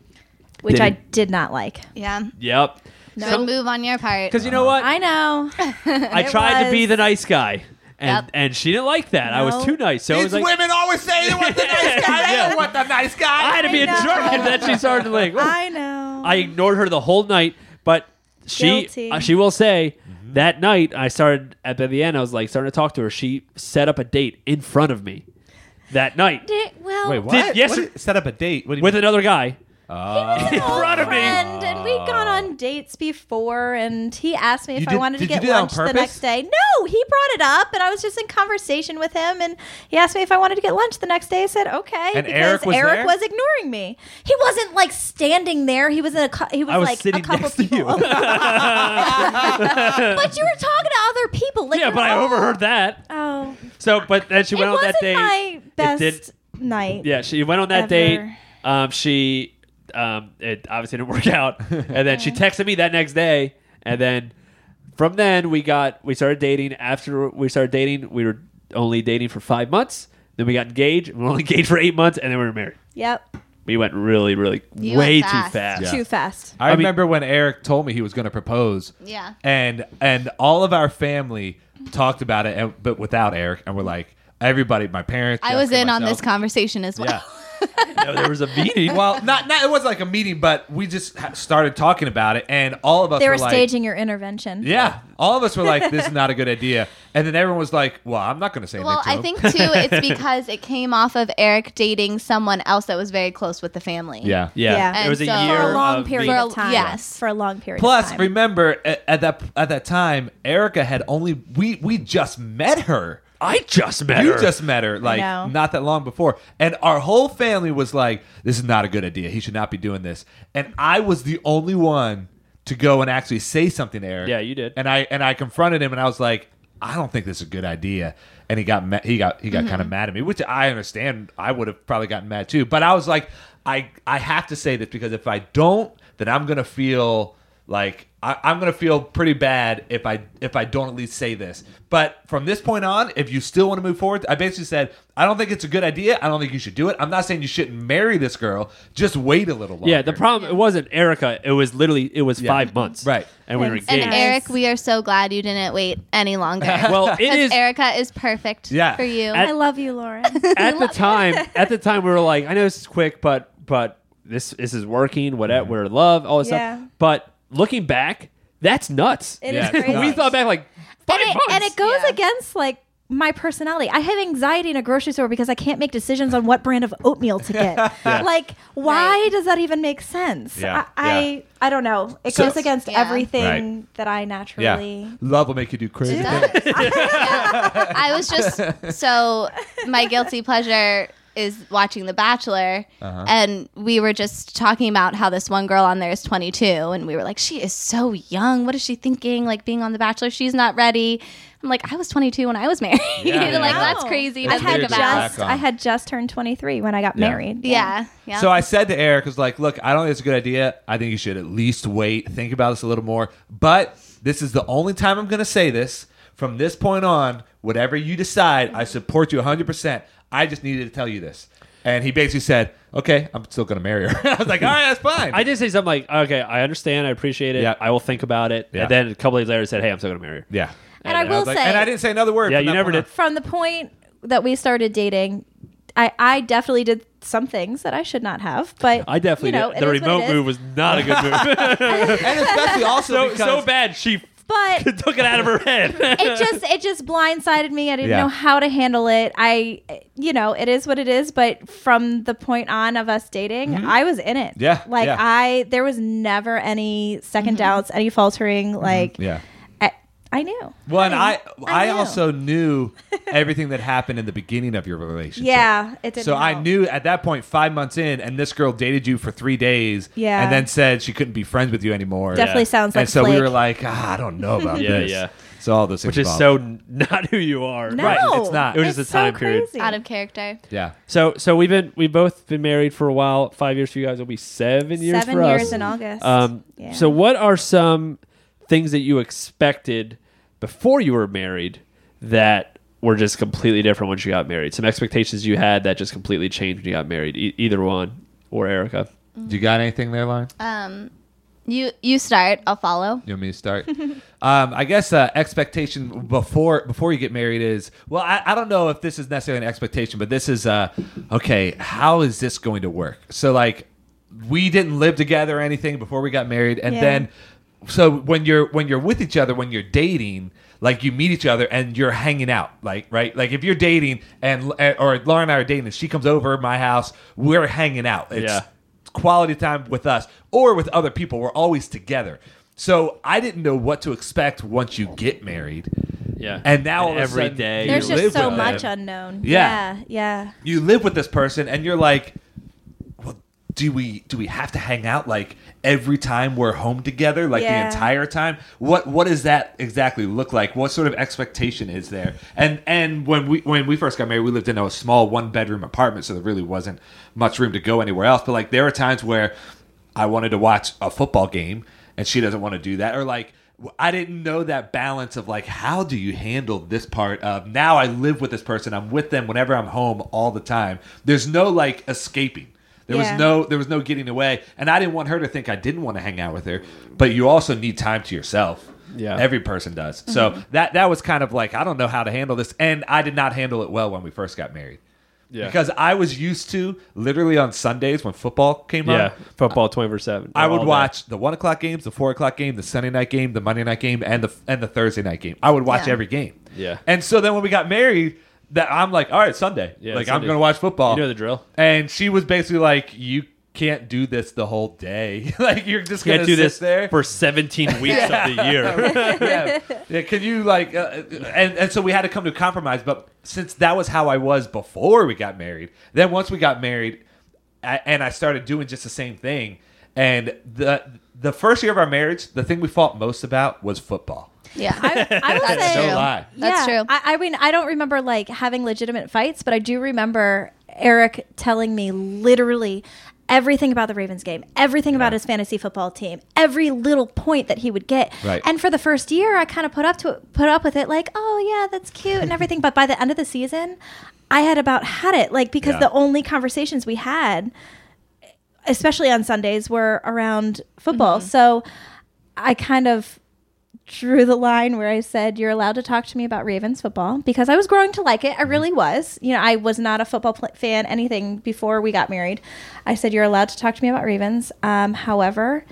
Speaker 4: Which
Speaker 2: Did-
Speaker 4: I did not like.
Speaker 1: Yeah.
Speaker 2: Yep.
Speaker 1: Good move on your part.
Speaker 2: Because you know what, I,
Speaker 4: I know. it
Speaker 2: tried to be
Speaker 4: was-
Speaker 2: the nice guy, and
Speaker 1: Yep.
Speaker 2: and she didn't like that. I was
Speaker 4: No.
Speaker 2: too nice. So it was
Speaker 3: These
Speaker 2: like.
Speaker 3: women always say they want the nice guy. They
Speaker 2: Yeah.
Speaker 3: don't want the nice guy.
Speaker 2: I had to be a
Speaker 4: I know.
Speaker 2: jerk, and then she started like,
Speaker 4: I know.
Speaker 2: I ignored her the whole night, but she
Speaker 4: Guilty.
Speaker 2: uh, she will say that night I started at the end. I was like starting to talk to her. She set up a date in front of me that night
Speaker 4: did, well,
Speaker 3: Wait,
Speaker 4: he
Speaker 3: what?
Speaker 2: Did- yes,
Speaker 3: What
Speaker 2: sir.
Speaker 3: did- set up a date. What do you
Speaker 2: with
Speaker 3: mean?
Speaker 2: another guy.
Speaker 3: Oh.
Speaker 4: was an old
Speaker 2: front of me.
Speaker 4: friend, and we'd gone on dates before, and he asked me if
Speaker 3: You
Speaker 4: I
Speaker 3: did-
Speaker 4: wanted to
Speaker 3: did you
Speaker 4: get
Speaker 3: do that on
Speaker 4: lunch the
Speaker 3: purpose?
Speaker 4: next day. No, he brought it up, and I was just in conversation with him, and he asked me if I wanted to get lunch the next day. I said okay,
Speaker 3: And
Speaker 4: because
Speaker 3: Eric was there?
Speaker 4: was ignoring me. He wasn't like standing there. He was in a cou- he was,
Speaker 2: I was
Speaker 4: like
Speaker 2: sitting
Speaker 4: a couple
Speaker 2: next to
Speaker 4: people.
Speaker 2: you.
Speaker 4: over. but you were talking to other people. Like
Speaker 2: yeah,
Speaker 4: you're
Speaker 2: but I
Speaker 4: all-
Speaker 2: overheard that.
Speaker 4: Oh,
Speaker 2: So, but then she
Speaker 4: it
Speaker 2: went on
Speaker 4: wasn't
Speaker 2: that date.
Speaker 4: my best
Speaker 2: did-
Speaker 4: night.
Speaker 2: Yeah, she went on that
Speaker 4: Ever.
Speaker 2: date. Um, she um, it obviously didn't work out, and then she texted me that next day, and then From then we got we started dating. After we started dating, we were only dating for five months. Then we got engaged. We were only engaged for eight months, and then we were married.
Speaker 4: Yep.
Speaker 2: We went really, really
Speaker 1: You
Speaker 2: way
Speaker 1: went
Speaker 2: too
Speaker 1: fast.
Speaker 2: fast.
Speaker 4: Too fast.
Speaker 3: I,
Speaker 2: I mean-
Speaker 3: remember when Eric told me he was going to propose.
Speaker 1: Yeah.
Speaker 3: And and all of our family talked about it, and, but without Eric, and we're like everybody, my parents.
Speaker 1: I was
Speaker 3: Jessica,
Speaker 1: in on this
Speaker 3: myself.
Speaker 1: conversation as well.
Speaker 3: Yeah.
Speaker 2: No, there was a meeting.
Speaker 3: well, not not it was like a meeting, but we just ha- started talking about it, and all of us
Speaker 4: They were
Speaker 3: like,
Speaker 4: staging your intervention.
Speaker 3: Yeah, all of us were like, "This is not a good idea," and then everyone was like, "Well, I'm not going to say
Speaker 1: Well, I
Speaker 3: anything."
Speaker 1: think too, it's because it came off of Eric dating someone else that was very close with the family.
Speaker 3: yeah,
Speaker 2: Yeah.
Speaker 4: Yeah.
Speaker 2: It was a
Speaker 1: And so-
Speaker 2: year
Speaker 4: For a long
Speaker 2: of
Speaker 4: period
Speaker 2: meeting.
Speaker 1: For a-
Speaker 4: of time.
Speaker 1: yes.
Speaker 4: For a long period of
Speaker 3: Plus,
Speaker 4: time.
Speaker 3: remember at, at that at that time, Erica had only we we just met her.
Speaker 2: I just met
Speaker 3: You
Speaker 2: her.
Speaker 3: just met her like
Speaker 4: know.
Speaker 3: not that long before, and our whole family was like, "This is not a good idea. He should not be doing this." And I was the only one to go and actually say something to Eric.
Speaker 2: Yeah, you did.
Speaker 3: And I and I confronted him, and I was like, "I don't think this is a good idea." And he got ma- he got he got kind of mad at me, which I understand. I would have probably gotten mad too, but I was like, "I I have to say this because if I don't, then I'm gonna feel." like I, I'm gonna feel pretty bad if I if I don't at least say this. But from this point on, if you still want to move forward, I basically said I don't think it's a good idea. I don't think you should do it. I'm not saying you shouldn't marry this girl. Just wait a little longer.
Speaker 2: Yeah, the problem it wasn't Erica. It was literally it was five months.
Speaker 3: Right.
Speaker 2: and we were
Speaker 4: Thanks.
Speaker 1: And
Speaker 2: engaged.
Speaker 4: Yes.
Speaker 1: Eric, we are so glad you didn't wait any longer.
Speaker 2: well, it
Speaker 1: because
Speaker 2: is
Speaker 1: Erica is perfect
Speaker 3: Yeah.
Speaker 1: for you.
Speaker 2: At-
Speaker 4: I love you, Lauren.
Speaker 2: at the time. At the time, we were like, I know this is quick, but but this this is working. Whatever, we're in love, all this
Speaker 4: Yeah.
Speaker 2: stuff. But looking back, that's nuts.
Speaker 4: It is
Speaker 3: Yeah,
Speaker 4: crazy.
Speaker 2: we thought back like five
Speaker 4: and it,
Speaker 2: months.
Speaker 4: and it goes
Speaker 1: Yeah.
Speaker 4: against like my personality. I have anxiety in a grocery store because I can't make decisions on what brand of oatmeal to get. Like, why
Speaker 1: Right.
Speaker 4: does that even make sense?
Speaker 3: Yeah,
Speaker 4: I,
Speaker 3: yeah.
Speaker 4: I I don't know. It
Speaker 3: So-
Speaker 4: goes against
Speaker 1: Yeah.
Speaker 4: everything
Speaker 3: Right.
Speaker 4: that I
Speaker 3: Yeah,
Speaker 4: naturally.
Speaker 3: love will make you do crazy.
Speaker 1: It
Speaker 3: things.
Speaker 1: does. Yeah. I was just so my guilty pleasure is watching The Bachelor,
Speaker 3: Uh-huh.
Speaker 1: and we were just talking about how this one girl on there is 22, and we were like, she is so young. What is she thinking? Like being on The Bachelor, she's not ready. I'm like, I was 22 when I was married.
Speaker 3: Yeah.
Speaker 1: like
Speaker 3: Wow.
Speaker 1: that's crazy.
Speaker 3: It's
Speaker 1: to
Speaker 4: I
Speaker 3: That's
Speaker 4: had
Speaker 1: think
Speaker 3: weird to
Speaker 1: about.
Speaker 4: just
Speaker 3: back on.
Speaker 4: I had just turned 23 when I got
Speaker 3: Yeah.
Speaker 4: married.
Speaker 1: Yeah, yeah.
Speaker 3: So I said to Eric, I was like, look, I don't think it's a good idea. I think you should at least wait, think about this a little more. But this is the only time I'm going to say this. From this point on, whatever you decide, I support you 100%. I just needed to tell you this. And he basically said, okay, I'm still going to marry her. I was like, all right, that's fine.
Speaker 2: I did say something like, "Okay, I understand. I appreciate it.
Speaker 3: Yeah.
Speaker 2: I will think about it."
Speaker 3: Yeah.
Speaker 2: And then a couple days later, I said, "Hey, I'm still gonna marry her."
Speaker 3: yeah.
Speaker 4: And I will
Speaker 2: was
Speaker 3: Like,
Speaker 4: say
Speaker 3: and I didn't say another word.
Speaker 2: Yeah,
Speaker 3: from
Speaker 2: you
Speaker 3: that
Speaker 2: never
Speaker 3: point
Speaker 2: did.
Speaker 4: from the point that we started dating, I, I definitely did some things that I should not have, but
Speaker 2: I definitely
Speaker 4: you know,
Speaker 2: did.
Speaker 4: it
Speaker 2: the
Speaker 4: is what it
Speaker 2: remote
Speaker 4: is.
Speaker 2: move was not a good move.
Speaker 3: on. And especially also
Speaker 2: so
Speaker 3: because
Speaker 2: so bad she
Speaker 4: But
Speaker 2: took it out of her head.
Speaker 4: it just it just blindsided me. I didn't
Speaker 3: Yeah.
Speaker 4: know how to handle it. I you know, it is what it is, but from the point on of us dating,
Speaker 2: Mm-hmm.
Speaker 4: I was in it.
Speaker 3: Yeah,
Speaker 4: Like
Speaker 3: yeah.
Speaker 4: I there was never any 2nd
Speaker 2: Mm-hmm.
Speaker 4: doubts, any faltering, like
Speaker 3: Yeah.
Speaker 4: I, I knew.
Speaker 3: Well, and I,
Speaker 4: I
Speaker 3: I
Speaker 4: knew.
Speaker 3: also knew everything that happened in the beginning of your relationship.
Speaker 4: Yeah, it didn't
Speaker 3: So I
Speaker 4: help.
Speaker 3: knew at that point, five months in, and this girl dated you for three days,
Speaker 4: Yeah.
Speaker 3: and then said she couldn't be friends with you anymore.
Speaker 4: Definitely
Speaker 2: Yeah.
Speaker 4: sounds like
Speaker 3: and so we
Speaker 4: flake.
Speaker 3: were like, ah, I don't know about
Speaker 2: Yeah,
Speaker 3: this.
Speaker 2: yeah.
Speaker 3: So all those things,
Speaker 2: Which is
Speaker 3: involved.
Speaker 2: so n- not who you are.
Speaker 4: No.
Speaker 2: Right.
Speaker 3: It's not.
Speaker 2: It was just
Speaker 4: It's
Speaker 2: a time
Speaker 4: so
Speaker 2: period.
Speaker 4: crazy.
Speaker 1: out of character.
Speaker 3: yeah.
Speaker 2: So so we've been we've both been married for a while. Five years for you guys will be seven years
Speaker 4: Seven
Speaker 2: for
Speaker 4: years
Speaker 2: us.
Speaker 4: in August.
Speaker 2: um,
Speaker 4: Yeah.
Speaker 2: So what are some things that you expected before you were married that were just completely different once you got married? Some expectations you had that just completely changed when you got married. E- either one or Erica.
Speaker 3: Do you got anything there, Lauren?
Speaker 4: Uh,
Speaker 1: Um, you you start. I'll follow.
Speaker 3: You want me to start? um, I guess uh, expectation before before you get married is well, I, I don't know if this is necessarily an expectation, but this is uh, okay. How is this going to work? So like, we didn't live together or anything before we got married, and
Speaker 4: Yeah.
Speaker 3: then so when you're when you're with each other when you're dating like you meet each other and you're hanging out like right like if you're dating and eh, or Lauren and I are dating and she comes over to my house we're hanging out it's
Speaker 2: Yeah.
Speaker 3: quality time with us or with other people. We're always together. So I didn't know what to expect once you get married.
Speaker 2: Yeah.
Speaker 3: And now all of a
Speaker 2: every
Speaker 3: sudden,
Speaker 2: day
Speaker 3: you
Speaker 4: There's
Speaker 2: you're-
Speaker 3: live
Speaker 4: just so
Speaker 3: with
Speaker 4: much
Speaker 3: them.
Speaker 4: unknown.
Speaker 3: Yeah.
Speaker 4: yeah. yeah.
Speaker 3: You live with this person and you're like, well, do we do we have to hang out like every time we're home together, like
Speaker 4: Yeah.
Speaker 3: the entire time? What what does that exactly look like? What sort of expectation is there? And and when we when we first got married, we lived in a small one bedroom apartment, so there really wasn't much room to go anywhere else. But like there are times where I wanted to watch a football game and she doesn't want to do that or like w- I didn't know that balance of like how do you handle this part of now I live with this person I'm with them whenever I'm home all the time there's no like escaping there
Speaker 4: Yeah.
Speaker 3: was no there was no getting away and I didn't want her to think I didn't want to hang out with her but you also need time to yourself
Speaker 2: Yeah.
Speaker 3: every person does so that that was kind of like I don't know how to handle this and I did not handle it well when we first got married
Speaker 2: Yeah.
Speaker 3: because I was used to literally on Sundays when football came
Speaker 2: yeah,
Speaker 3: up
Speaker 2: football twenty four seven.
Speaker 3: I would
Speaker 2: All
Speaker 3: watch the one o'clock games, the four o'clock game, the Sunday night game, the Monday night game, and the and the Thursday night game. I would watch
Speaker 4: Yeah.
Speaker 3: every game.
Speaker 2: Yeah.
Speaker 3: And so then when we got married, that I'm like, all right, Sunday.
Speaker 2: Yeah,
Speaker 3: like
Speaker 2: Sunday.
Speaker 3: I'm gonna watch
Speaker 2: that.
Speaker 3: football.
Speaker 2: You know the drill.
Speaker 3: and she was basically like, you can't do this the whole day. like you're just
Speaker 2: Can't
Speaker 3: gonna
Speaker 2: do
Speaker 3: sit
Speaker 2: this
Speaker 3: there
Speaker 2: for seventeen weeks of the year.
Speaker 3: yeah. yeah. Can you like, uh, and and so we had to come to a compromise. But since that was how I was before we got married, then once we got married, I, and I started doing just the same thing. And the the first year of our marriage, the thing we fought most about was football.
Speaker 1: Yeah.
Speaker 4: I, I will
Speaker 1: That's
Speaker 4: say,
Speaker 1: true.
Speaker 3: No lie.
Speaker 1: That's
Speaker 4: yeah,
Speaker 1: true.
Speaker 4: I, I mean, I don't remember like having legitimate fights, but I do remember Eric telling me literally everything about the Ravens game, everything about his fantasy football team, every little point that he would get.
Speaker 3: Right.
Speaker 4: And for the first year, I kind of put up to it, put up with it, like, oh yeah, that's cute and everything. but by the end of the season, I had about had it, like because
Speaker 3: Yeah.
Speaker 4: the only conversations we had, especially on Sundays, were around football.
Speaker 3: Mm-hmm.
Speaker 4: So I kind of drew the line where I said, You're allowed to talk to me about Ravens football because I was growing to like it. I really
Speaker 2: Mm-hmm.
Speaker 4: was. You know, I was not a football pl- fan, anything before we got married. I said, You're allowed to talk to me about Ravens. Um, however,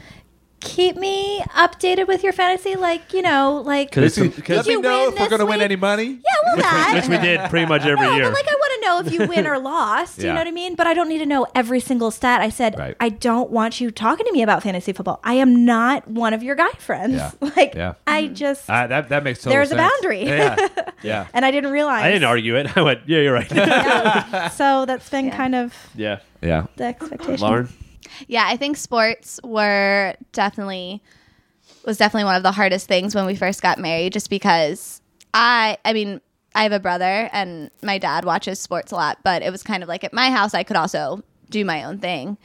Speaker 4: keep me updated with your fantasy. Like, you know, like, yeah,
Speaker 2: Because
Speaker 3: Let
Speaker 4: Did
Speaker 3: me
Speaker 4: you
Speaker 3: know
Speaker 4: win
Speaker 3: if we're
Speaker 4: this
Speaker 3: gonna win
Speaker 4: week?
Speaker 3: any money.
Speaker 4: well, that.
Speaker 2: which we did pretty much every
Speaker 4: No,
Speaker 2: year.
Speaker 4: but like I want to know if you win or lost. You
Speaker 3: Yeah.
Speaker 4: know what I mean? But I don't need to know every single stat. I said
Speaker 3: Right.
Speaker 4: I don't want you talking to me about fantasy football. I am not one of your guy friends.
Speaker 3: Yeah.
Speaker 4: Like
Speaker 3: Yeah.
Speaker 2: Mm-hmm.
Speaker 4: I just
Speaker 3: Uh, that that makes total
Speaker 4: There's a
Speaker 3: sense.
Speaker 4: boundary.
Speaker 3: Yeah, yeah.
Speaker 4: and I didn't realize.
Speaker 2: I didn't argue it. I went, yeah, you're right.
Speaker 4: So that's been kind of
Speaker 2: yeah,
Speaker 3: yeah.
Speaker 4: the expectation.
Speaker 2: Lauren.
Speaker 1: Yeah, I think sports were definitely was definitely one of the hardest things when we first got married just because I I mean, I have a brother and my dad watches sports a lot, but it was kind of like at my house I could also do my own thing.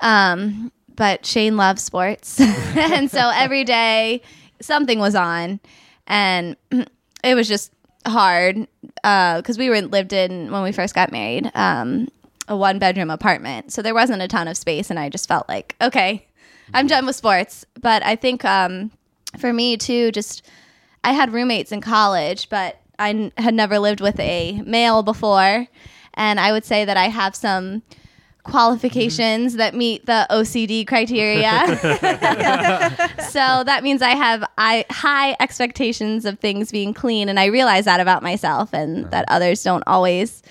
Speaker 1: Um, but Shane loves sports. and so every day something was on and it was just hard because we were lived in when we first got married um, a one bedroom apartment so there wasn't a ton of space and i just felt like okay i'm done with sports but i think um, for me too just i had roommates in college but I n- had never lived with a male before and i would say that i have some qualifications that meet the ocd criteria so that means I have I, high expectations of things being clean, and I realize that about myself, and that others don't always,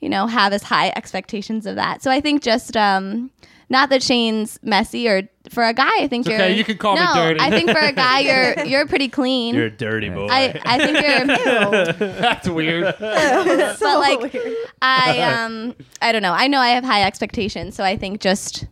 Speaker 1: you know, have as high expectations of that. So I think just um, not that Shane's messy, or for a guy, I think
Speaker 5: It's
Speaker 1: you're
Speaker 5: okay, you can call me
Speaker 1: no,
Speaker 5: dirty.
Speaker 1: I think for a guy, you're you're pretty clean.
Speaker 2: You're a dirty boy.
Speaker 1: I, I think you're,
Speaker 3: That's weird.
Speaker 1: but like
Speaker 4: weird.
Speaker 1: I um I don't know. I know I have high expectations, so I think just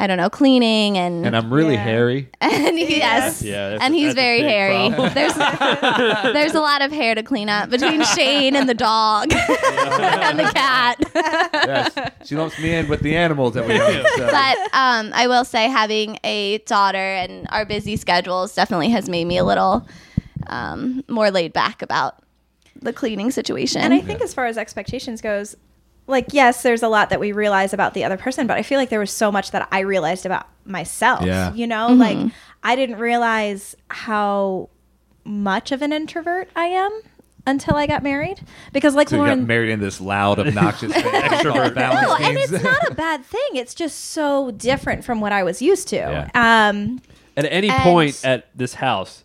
Speaker 1: I don't know cleaning and
Speaker 3: And I'm really
Speaker 4: Yeah.
Speaker 3: hairy.
Speaker 1: and yes,
Speaker 2: Yeah, that's
Speaker 1: and
Speaker 2: a-
Speaker 1: he's
Speaker 2: that's a
Speaker 1: very
Speaker 2: big
Speaker 1: hairy.
Speaker 2: problem.
Speaker 1: There's there's a lot of hair to clean up between Shane and the dog and the cat.
Speaker 3: yes. She lumps me in with the animals that we have. So.
Speaker 1: But um, I will say, having a daughter and our busy schedules definitely has made me a little um, more laid back about the cleaning situation.
Speaker 4: And I think as far as expectations goes, like yes, there's a lot that we realize about the other person, but I feel like there was so much that I realized about myself.
Speaker 3: Yeah.
Speaker 4: You know, like I didn't realize how much of an introvert I am until I got married. Because like
Speaker 3: So you got
Speaker 4: Lauren
Speaker 3: married in this loud, obnoxious extrovert
Speaker 4: No, and it's not a bad thing. It's just so different from what I was used to. Um
Speaker 2: At any
Speaker 1: And-
Speaker 2: point at this house,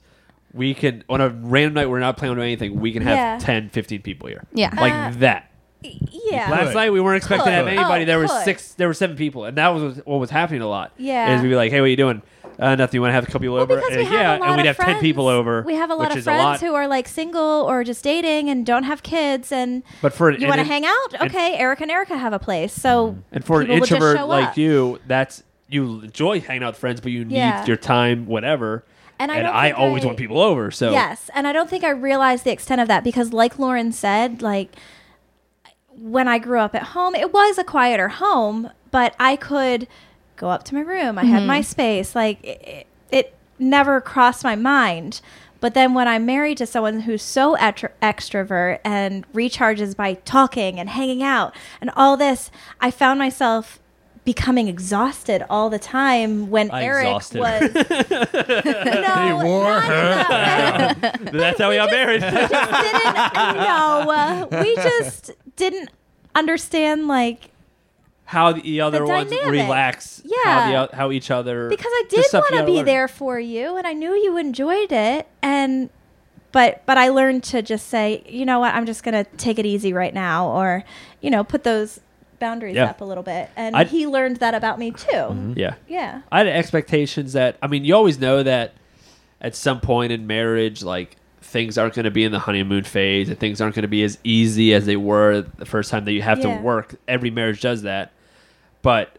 Speaker 2: we can, on a random night we're not planning on doing anything, we can
Speaker 4: Yeah.
Speaker 2: have ten, fifteen 10, 15 people here.
Speaker 1: Yeah.
Speaker 2: Like
Speaker 4: Uh,
Speaker 2: that.
Speaker 4: yeah.
Speaker 2: Last
Speaker 3: Could.
Speaker 2: night we weren't expecting to have
Speaker 4: Could.
Speaker 2: anybody.
Speaker 4: Oh,
Speaker 2: there were
Speaker 4: could.
Speaker 2: six, there were seven people, and that was what was happening a lot.
Speaker 4: Yeah.
Speaker 2: is we'd be like, "Hey, what are you doing? Uh, nothing. You want to have a couple people
Speaker 4: Well,
Speaker 2: over?
Speaker 4: because
Speaker 2: And,
Speaker 4: we have
Speaker 2: uh, yeah,
Speaker 4: a lot
Speaker 2: and we'd
Speaker 4: of
Speaker 2: have ten people
Speaker 4: friends-
Speaker 2: over.
Speaker 4: We have a lot
Speaker 2: which
Speaker 4: of
Speaker 2: is
Speaker 4: friends
Speaker 2: lot.
Speaker 4: who are like single or just dating and don't have kids, and
Speaker 2: But for an
Speaker 4: you want to
Speaker 2: in-
Speaker 4: hang out.
Speaker 2: and-
Speaker 4: Okay, Eric and Erica have a place, so
Speaker 2: And for an
Speaker 4: people will just
Speaker 2: introvert
Speaker 4: show
Speaker 2: like
Speaker 4: up.
Speaker 2: you, that's you enjoy hanging out with friends, but you need
Speaker 4: Yeah.
Speaker 2: your time, whatever.
Speaker 4: And I
Speaker 2: and
Speaker 4: don't
Speaker 2: I
Speaker 4: think
Speaker 2: always
Speaker 4: I-
Speaker 2: want people over. So
Speaker 4: Yes, and I don't think I realized the extent of that because, like Lauren said, like when I grew up at home, it was a quieter
Speaker 2: Mm-hmm.
Speaker 4: home, but I could go up to my room. I had my space. Like it, it, never crossed my mind. But then when I'm married to someone who's so extro- extrovert and recharges by talking and hanging out and all this, I found myself becoming exhausted all the time when
Speaker 2: I
Speaker 4: Eric
Speaker 2: exhausted.
Speaker 4: was no,
Speaker 5: wore
Speaker 4: not
Speaker 5: her
Speaker 4: no.
Speaker 2: That's how we got married.
Speaker 4: didn't know. We just didn't understand like
Speaker 2: how the other
Speaker 4: The
Speaker 2: ones
Speaker 4: dynamic.
Speaker 2: relax. How, the,
Speaker 4: Yeah.
Speaker 2: oth- how each other.
Speaker 4: because I
Speaker 2: the
Speaker 4: did
Speaker 2: stuff
Speaker 4: want
Speaker 2: you
Speaker 4: to
Speaker 2: gotta
Speaker 4: be
Speaker 2: learn.
Speaker 4: there for you and I knew you enjoyed it and but but I learned to just say, you know what, I'm just going to take it easy right now or you know, put those boundaries
Speaker 2: Yeah.
Speaker 4: up a little bit. And
Speaker 2: I'd- Mm-hmm.
Speaker 4: he learned that about me too.
Speaker 2: Yeah.
Speaker 4: Yeah.
Speaker 2: I had expectations that I mean, you always know that at some point in marriage, like things aren't going to be in the honeymoon phase, and things aren't going to be as easy as they were the first time that you have
Speaker 4: Yeah.
Speaker 2: to work. Every marriage does that, but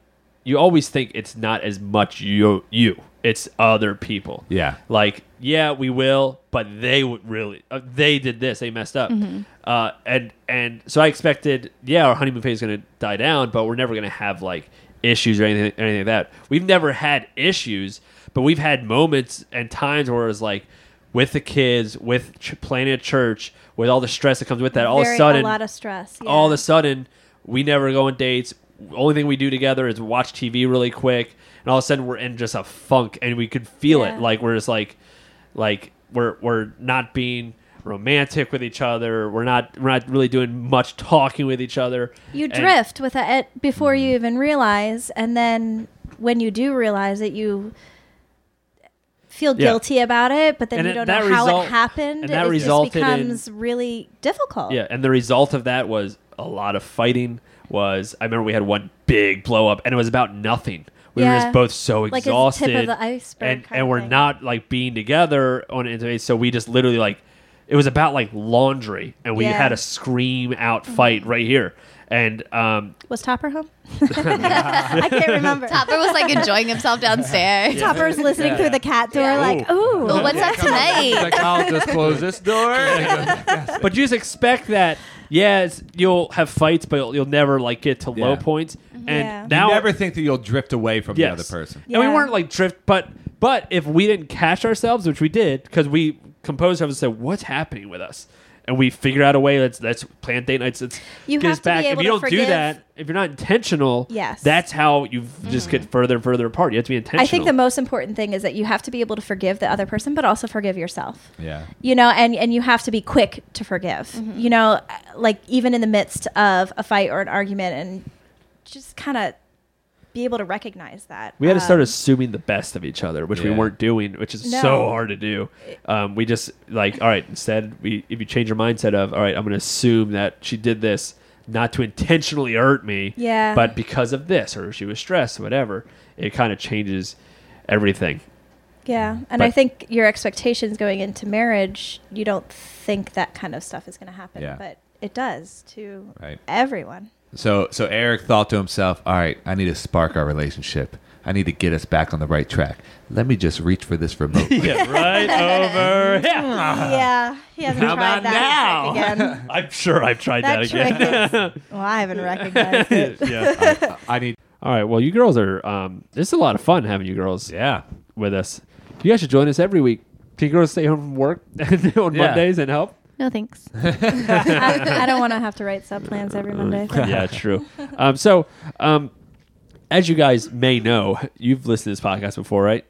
Speaker 2: you always think it's not as much you you. It's other people.
Speaker 5: Yeah.
Speaker 2: Like, yeah, we will, but they would really. Uh, they did this. They messed up.
Speaker 4: Mm-hmm.
Speaker 2: Uh, and and so I expected, yeah, our honeymoon phase is going to die down, but we're never going to have like issues or anything, anything like that. We've never had issues, but we've had moments and times where it's like with the kids, with ch- playing at church, with all the stress that comes with that. All of a
Speaker 4: Very-
Speaker 2: sudden,
Speaker 4: lot of stress. yeah.
Speaker 2: all of a sudden we never go on dates only thing we do together is watch tv really quick and all of a sudden we're in just a funk and we could feel
Speaker 4: Yeah.
Speaker 2: it like we're just like like we're we're not being romantic with each other we're not we're not really doing much talking with each other
Speaker 4: you
Speaker 2: And- Mm.
Speaker 4: drift with a, it before you even realize and then when you do realize it you feel
Speaker 2: Yeah.
Speaker 4: guilty about it but then
Speaker 2: And
Speaker 4: you
Speaker 2: it-
Speaker 4: don't know
Speaker 2: that
Speaker 4: how
Speaker 2: result-
Speaker 4: it happened
Speaker 2: and that
Speaker 4: it
Speaker 2: resulted in-
Speaker 4: just becomes really difficult
Speaker 2: Yeah, and the result of that was a lot of fighting. Was I remember we had one big blow up, and it was about nothing. We were
Speaker 4: Yeah.
Speaker 2: just both so
Speaker 4: Like it's
Speaker 2: exhausted,
Speaker 4: tip of the iceberg
Speaker 2: and
Speaker 4: kind
Speaker 2: and
Speaker 4: of
Speaker 2: we're
Speaker 4: thing.
Speaker 2: not like being together on it. So we just literally like it was about like laundry, and we
Speaker 4: Yeah. Mm-hmm.
Speaker 2: had a scream out fight right here. And um,
Speaker 4: was topper home i can't remember
Speaker 1: Topper was like enjoying himself downstairs.
Speaker 4: topper's listening through the cat door like ooh
Speaker 1: Well, what's up
Speaker 3: It's
Speaker 1: tonight?
Speaker 3: like, I'll just close this door.
Speaker 2: but you just expect that. Yes, you'll have fights, but you'll, you'll never like get to low
Speaker 3: Yeah.
Speaker 2: points. And
Speaker 4: Mm-hmm. Yeah.
Speaker 2: now
Speaker 3: you never think that you'll drift away from
Speaker 2: yes.
Speaker 3: the other person.
Speaker 2: And
Speaker 4: Yeah.
Speaker 2: we weren't like drift, but but if we didn't catch ourselves, which we did, because we composed ourselves and said, "What's happening with us?" and we figure out a way. Let's let's plan date nights. Let's
Speaker 4: You
Speaker 2: get
Speaker 4: have
Speaker 2: us
Speaker 4: to be
Speaker 2: back.
Speaker 4: able
Speaker 2: if you
Speaker 4: to
Speaker 2: don't do
Speaker 4: forgive-
Speaker 2: that, if you're not intentional,
Speaker 4: Yes. Mm-hmm.
Speaker 2: that's how you just get further and further apart. You have to be intentional.
Speaker 4: i think the most important thing is that you have to be able to forgive the other person but also forgive yourself
Speaker 5: Yeah.
Speaker 4: you know and and you have to be quick to forgive
Speaker 1: Mm-hmm.
Speaker 4: you know like even in the midst of a fight or an argument and just kind of be able to recognize that
Speaker 2: we had to start
Speaker 4: Um,
Speaker 2: assuming the best of each other, which we
Speaker 3: Yeah.
Speaker 2: weren't doing, which is
Speaker 4: No.
Speaker 2: so hard to do. Um, we just like, all right, instead, we if you change your mindset of, all right, I'm going to assume that she did this not to intentionally hurt me,
Speaker 4: Yeah.
Speaker 2: but because of this, or she was stressed, whatever. It kind of changes everything.
Speaker 4: yeah and i
Speaker 2: but-
Speaker 4: think your expectations going into marriage you don't think that kind of stuff is going to happen
Speaker 5: Yeah.
Speaker 4: but it does to
Speaker 5: Right.
Speaker 4: everyone
Speaker 5: So so Eric thought to himself, "All right, I need to spark our relationship. I need to get us back on the right track. Let me just reach for this remote."
Speaker 2: Yeah, right over. Yeah,
Speaker 4: yeah he hasn't
Speaker 2: Ah. How
Speaker 4: tried
Speaker 2: about
Speaker 4: that
Speaker 2: now?
Speaker 4: trick again
Speaker 2: I'm sure I've tried
Speaker 4: that
Speaker 2: that,
Speaker 4: trick
Speaker 2: again.
Speaker 4: is, well i haven't recognized it
Speaker 2: yeah.
Speaker 5: I need
Speaker 2: All right. Well, you girls are. Um, it's a lot of fun having you girls.
Speaker 5: Yeah.
Speaker 2: with us. You guys should join us every week. Can you girls stay home from work on
Speaker 3: Yeah.
Speaker 2: Mondays and help?
Speaker 1: No thanks.
Speaker 4: I, I don't want to have to write sub plans every monday
Speaker 2: yeah, true. Um, so, um, as you guys may know, you've listened to this podcast before, right?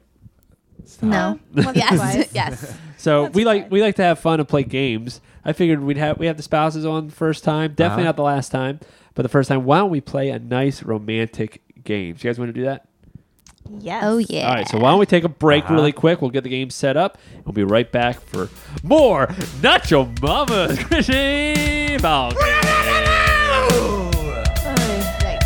Speaker 1: No.
Speaker 4: Once or
Speaker 1: Yes.
Speaker 4: twice.
Speaker 1: yes.
Speaker 2: So we like
Speaker 4: fine.
Speaker 2: we like to have fun and play games. I figured we'd have we have the spouses on the first time, definitely
Speaker 5: Uh-huh.
Speaker 2: not the last time, but the first time. Why don't we play a nice romantic game? Do you guys want to do that?
Speaker 4: yes
Speaker 1: Oh yeah.
Speaker 2: All right. So why don't we take a break
Speaker 5: Uh-huh.
Speaker 2: really quick? We'll get the game set up. We'll be right back for more Not Your Mama's Chrissy Ball Game.
Speaker 4: Oh,
Speaker 1: Right.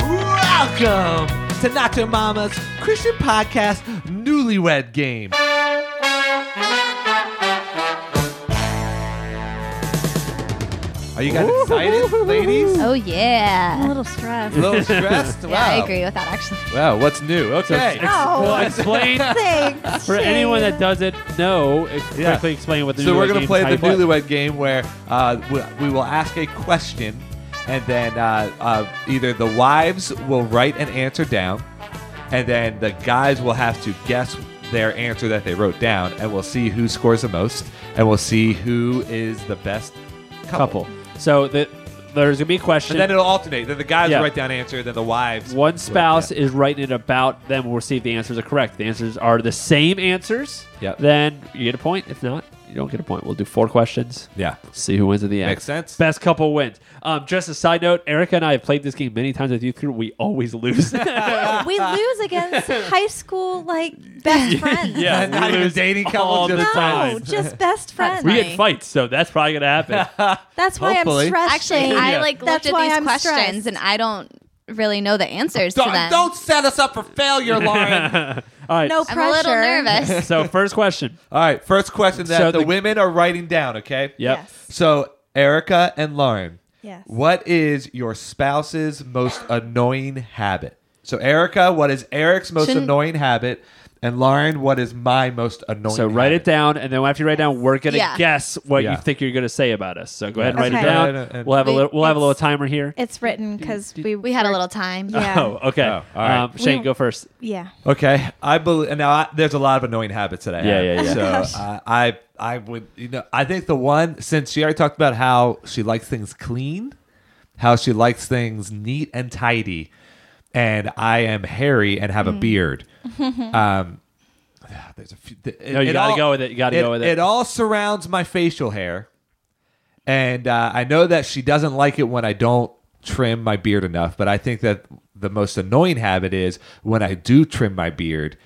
Speaker 3: Welcome to Nacho Mama's Christian Podcast Newlywed Game. Are you guys excited, ladies?
Speaker 1: Oh yeah.
Speaker 4: I'm a little stressed.
Speaker 3: A little stressed?
Speaker 1: Yeah,
Speaker 3: wow.
Speaker 1: I agree with that actually.
Speaker 3: Wow, what's new? Okay.
Speaker 2: Ex- Well, explain
Speaker 4: Thanks.
Speaker 2: for anyone that doesn't know. ex-
Speaker 3: Yeah.
Speaker 2: Quickly explain what the
Speaker 3: So
Speaker 2: newlywed
Speaker 3: we're going to
Speaker 2: game
Speaker 3: play
Speaker 2: how
Speaker 3: the
Speaker 2: you
Speaker 3: newlywed game where uh, we, we will ask a question, and then uh, uh, either the wives will write an answer down, and then the guys will have to guess their answer that they wrote down, and we'll see who scores the most, and we'll see who is the best couple.
Speaker 2: couple. So the, there's gonna be a question.
Speaker 3: And then it'll alternate. Then the guys
Speaker 2: Yeah.
Speaker 3: will write down answer, then the wives.
Speaker 2: One spouse is writing it about them. We'll see if the answers are correct. If the answers are the same answers.
Speaker 3: Yep.
Speaker 2: Then you get a point. If not, you don't get a point. We'll do four questions.
Speaker 3: Yeah.
Speaker 2: See who wins at the end.
Speaker 3: Makes sense.
Speaker 2: Best couple wins. Um, just a side note, Erica and I have played this game many times with youth group. We always lose.
Speaker 4: we lose against high school like best friends.
Speaker 2: yeah,
Speaker 3: Not
Speaker 2: we
Speaker 3: even
Speaker 2: lose
Speaker 3: dating couples,
Speaker 2: all
Speaker 3: just
Speaker 2: the
Speaker 4: No,
Speaker 2: time.
Speaker 4: just best friends.
Speaker 2: We get fights, so that's probably gonna happen.
Speaker 4: That's why
Speaker 3: Hopefully.
Speaker 4: I'm stressed.
Speaker 1: Actually,
Speaker 4: Shane.
Speaker 1: I like
Speaker 4: That's
Speaker 1: looked at
Speaker 4: why
Speaker 1: these
Speaker 4: I'm
Speaker 1: questions
Speaker 4: stressed.
Speaker 1: and I don't really know the answers to them.
Speaker 3: Don't, don't set us up for failure, Lauren.
Speaker 2: All right.
Speaker 4: no
Speaker 1: I'm
Speaker 4: pressure.
Speaker 1: a little nervous.
Speaker 2: So first question.
Speaker 3: All right, first question that
Speaker 2: So
Speaker 3: the,
Speaker 2: the-
Speaker 3: women are writing down, okay?
Speaker 2: Yep.
Speaker 4: Yes.
Speaker 3: So, Erica and Lauren,
Speaker 4: Yes.
Speaker 3: what is your spouse's most annoying habit? So, Erica, what is Eric's most
Speaker 1: Shouldn't-
Speaker 3: annoying habit? And Lauren, what is my most annoying
Speaker 2: So write it
Speaker 3: habit?
Speaker 2: down, and then after you write it down, we're gonna
Speaker 1: Yeah.
Speaker 2: guess what
Speaker 3: Yeah.
Speaker 2: you think you're gonna say about us. So go ahead and write
Speaker 4: Okay.
Speaker 2: it down.
Speaker 3: Yeah, and- and-
Speaker 2: we'll have a
Speaker 1: We-
Speaker 2: little. We'll have a little
Speaker 4: it's-
Speaker 2: timer here.
Speaker 4: It's written because we
Speaker 1: We had a little time.
Speaker 4: Yeah.
Speaker 2: Oh, okay.
Speaker 3: Oh, all right.
Speaker 2: um, Shane,
Speaker 4: We-
Speaker 2: go first.
Speaker 4: yeah.
Speaker 3: Okay, I believe now. I, there's a lot of annoying habits that I
Speaker 2: Yeah,
Speaker 3: have.
Speaker 2: yeah, yeah.
Speaker 3: So uh, I, I would, you know, I think the one since she already talked about how she likes things clean, how she likes things neat and tidy, and I am hairy and have a beard. um, yeah, there's a few. th- It,
Speaker 2: No, you
Speaker 3: it
Speaker 2: gotta
Speaker 3: all-
Speaker 2: go with it. You gotta go with it.
Speaker 3: It all surrounds my facial hair, and uh, I know that she doesn't like it when I don't trim my beard enough. But I think that the most annoying habit is when I do trim my beard,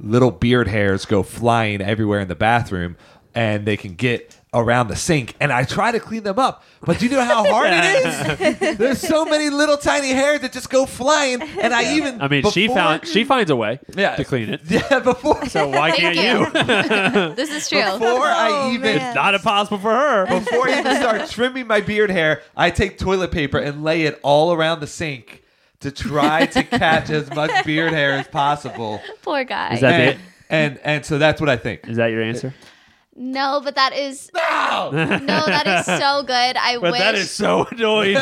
Speaker 3: little beard hairs go flying everywhere in the bathroom, and they can get around the sink. And I try to clean them up, but do you know how hard it is? There's so many little tiny hairs that just go flying, and I even
Speaker 2: I mean, she
Speaker 3: before-
Speaker 2: found she finds a way
Speaker 3: Yeah.
Speaker 2: to clean it.
Speaker 3: yeah before
Speaker 2: So why
Speaker 1: Thank
Speaker 2: can't you?
Speaker 1: you. this is true.
Speaker 3: before I
Speaker 4: Oh,
Speaker 3: even
Speaker 4: man.
Speaker 2: it's not impossible for her.
Speaker 3: Before I even start trimming my beard hair, I take toilet paper and lay it all around the sink to try to catch as much beard hair as possible.
Speaker 1: Poor guy.
Speaker 2: Is that
Speaker 3: And,
Speaker 2: it?
Speaker 3: and and so that's what I think.
Speaker 2: Is that your answer?
Speaker 1: no, but that is
Speaker 3: No!
Speaker 1: no, that is so good. I
Speaker 2: But
Speaker 1: wish
Speaker 2: that is so annoying.
Speaker 1: you know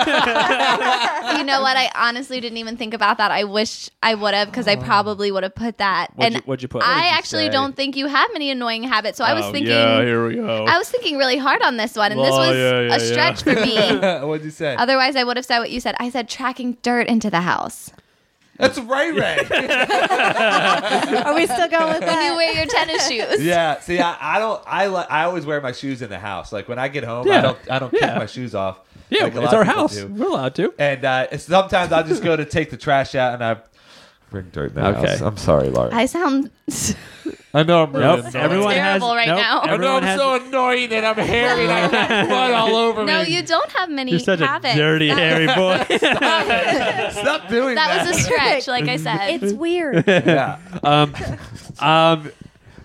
Speaker 1: what? I honestly didn't even think about that. I wish I would have because I probably would have put that.
Speaker 2: Oh. What'd
Speaker 1: and
Speaker 2: you- what'd you put? What'd
Speaker 1: I
Speaker 2: you
Speaker 1: actually
Speaker 3: say?
Speaker 1: don't think you have many annoying habits. So I was
Speaker 2: Oh,
Speaker 1: thinking.
Speaker 2: Yeah, here we go.
Speaker 1: I was thinking really hard on this one, and this
Speaker 2: Oh,
Speaker 1: was
Speaker 2: yeah, yeah,
Speaker 1: a stretch for me.
Speaker 3: What'd you say?
Speaker 1: Otherwise, I would have said what you said. I said tracking dirt into the house.
Speaker 3: That's Ray Ray.
Speaker 4: Are we still going with
Speaker 1: When you
Speaker 4: that?
Speaker 1: wear your tennis shoes.
Speaker 3: yeah. See, I, I don't. I li- I always wear my shoes in the house. Like when I get home, I
Speaker 2: Yeah.
Speaker 3: don't. I don't
Speaker 2: Yeah.
Speaker 3: kick my shoes off.
Speaker 2: yeah,
Speaker 3: like a lot
Speaker 2: it's
Speaker 3: of
Speaker 2: our
Speaker 3: people
Speaker 2: house.
Speaker 3: do.
Speaker 2: We're allowed to.
Speaker 3: And uh, it's- sometimes I'll just go to take the trash out and I bring dirt in the
Speaker 2: Okay.
Speaker 3: house. I'm sorry, Laura.
Speaker 1: I sound.
Speaker 3: I know I'm really
Speaker 2: Nope.
Speaker 3: annoying.
Speaker 2: Everyone
Speaker 1: terrible
Speaker 2: has,
Speaker 1: right
Speaker 2: nope,
Speaker 1: now. I know
Speaker 2: Everyone has,
Speaker 3: annoying and I'm hairy and I got blood all over
Speaker 1: No, you don't have many
Speaker 2: You're such
Speaker 1: habits.
Speaker 2: a dirty,
Speaker 1: that,
Speaker 2: hairy boy.
Speaker 3: Stop doing
Speaker 1: that was a stretch, like I said.
Speaker 4: It's weird.
Speaker 3: yeah.
Speaker 2: um, um,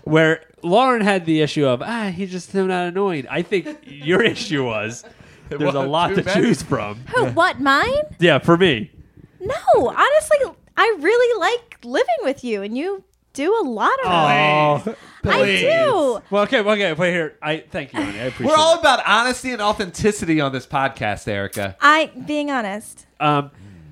Speaker 2: where Lauren had the issue of ah, he's just so not annoying. I think your issue was there's a
Speaker 3: wasn't
Speaker 2: lot
Speaker 3: too
Speaker 2: to
Speaker 3: many.
Speaker 2: choose from.
Speaker 4: Who, what, mine?
Speaker 2: Yeah, for me,
Speaker 4: No, honestly, I really like living with you, and you do a lot of
Speaker 2: oh,
Speaker 4: I do.
Speaker 2: well, okay, well, okay, wait here. I thank you, honey. I appreciate.
Speaker 3: We're all
Speaker 2: it.
Speaker 3: about honesty and authenticity on this podcast, Erica.
Speaker 4: I, being honest,
Speaker 2: Um,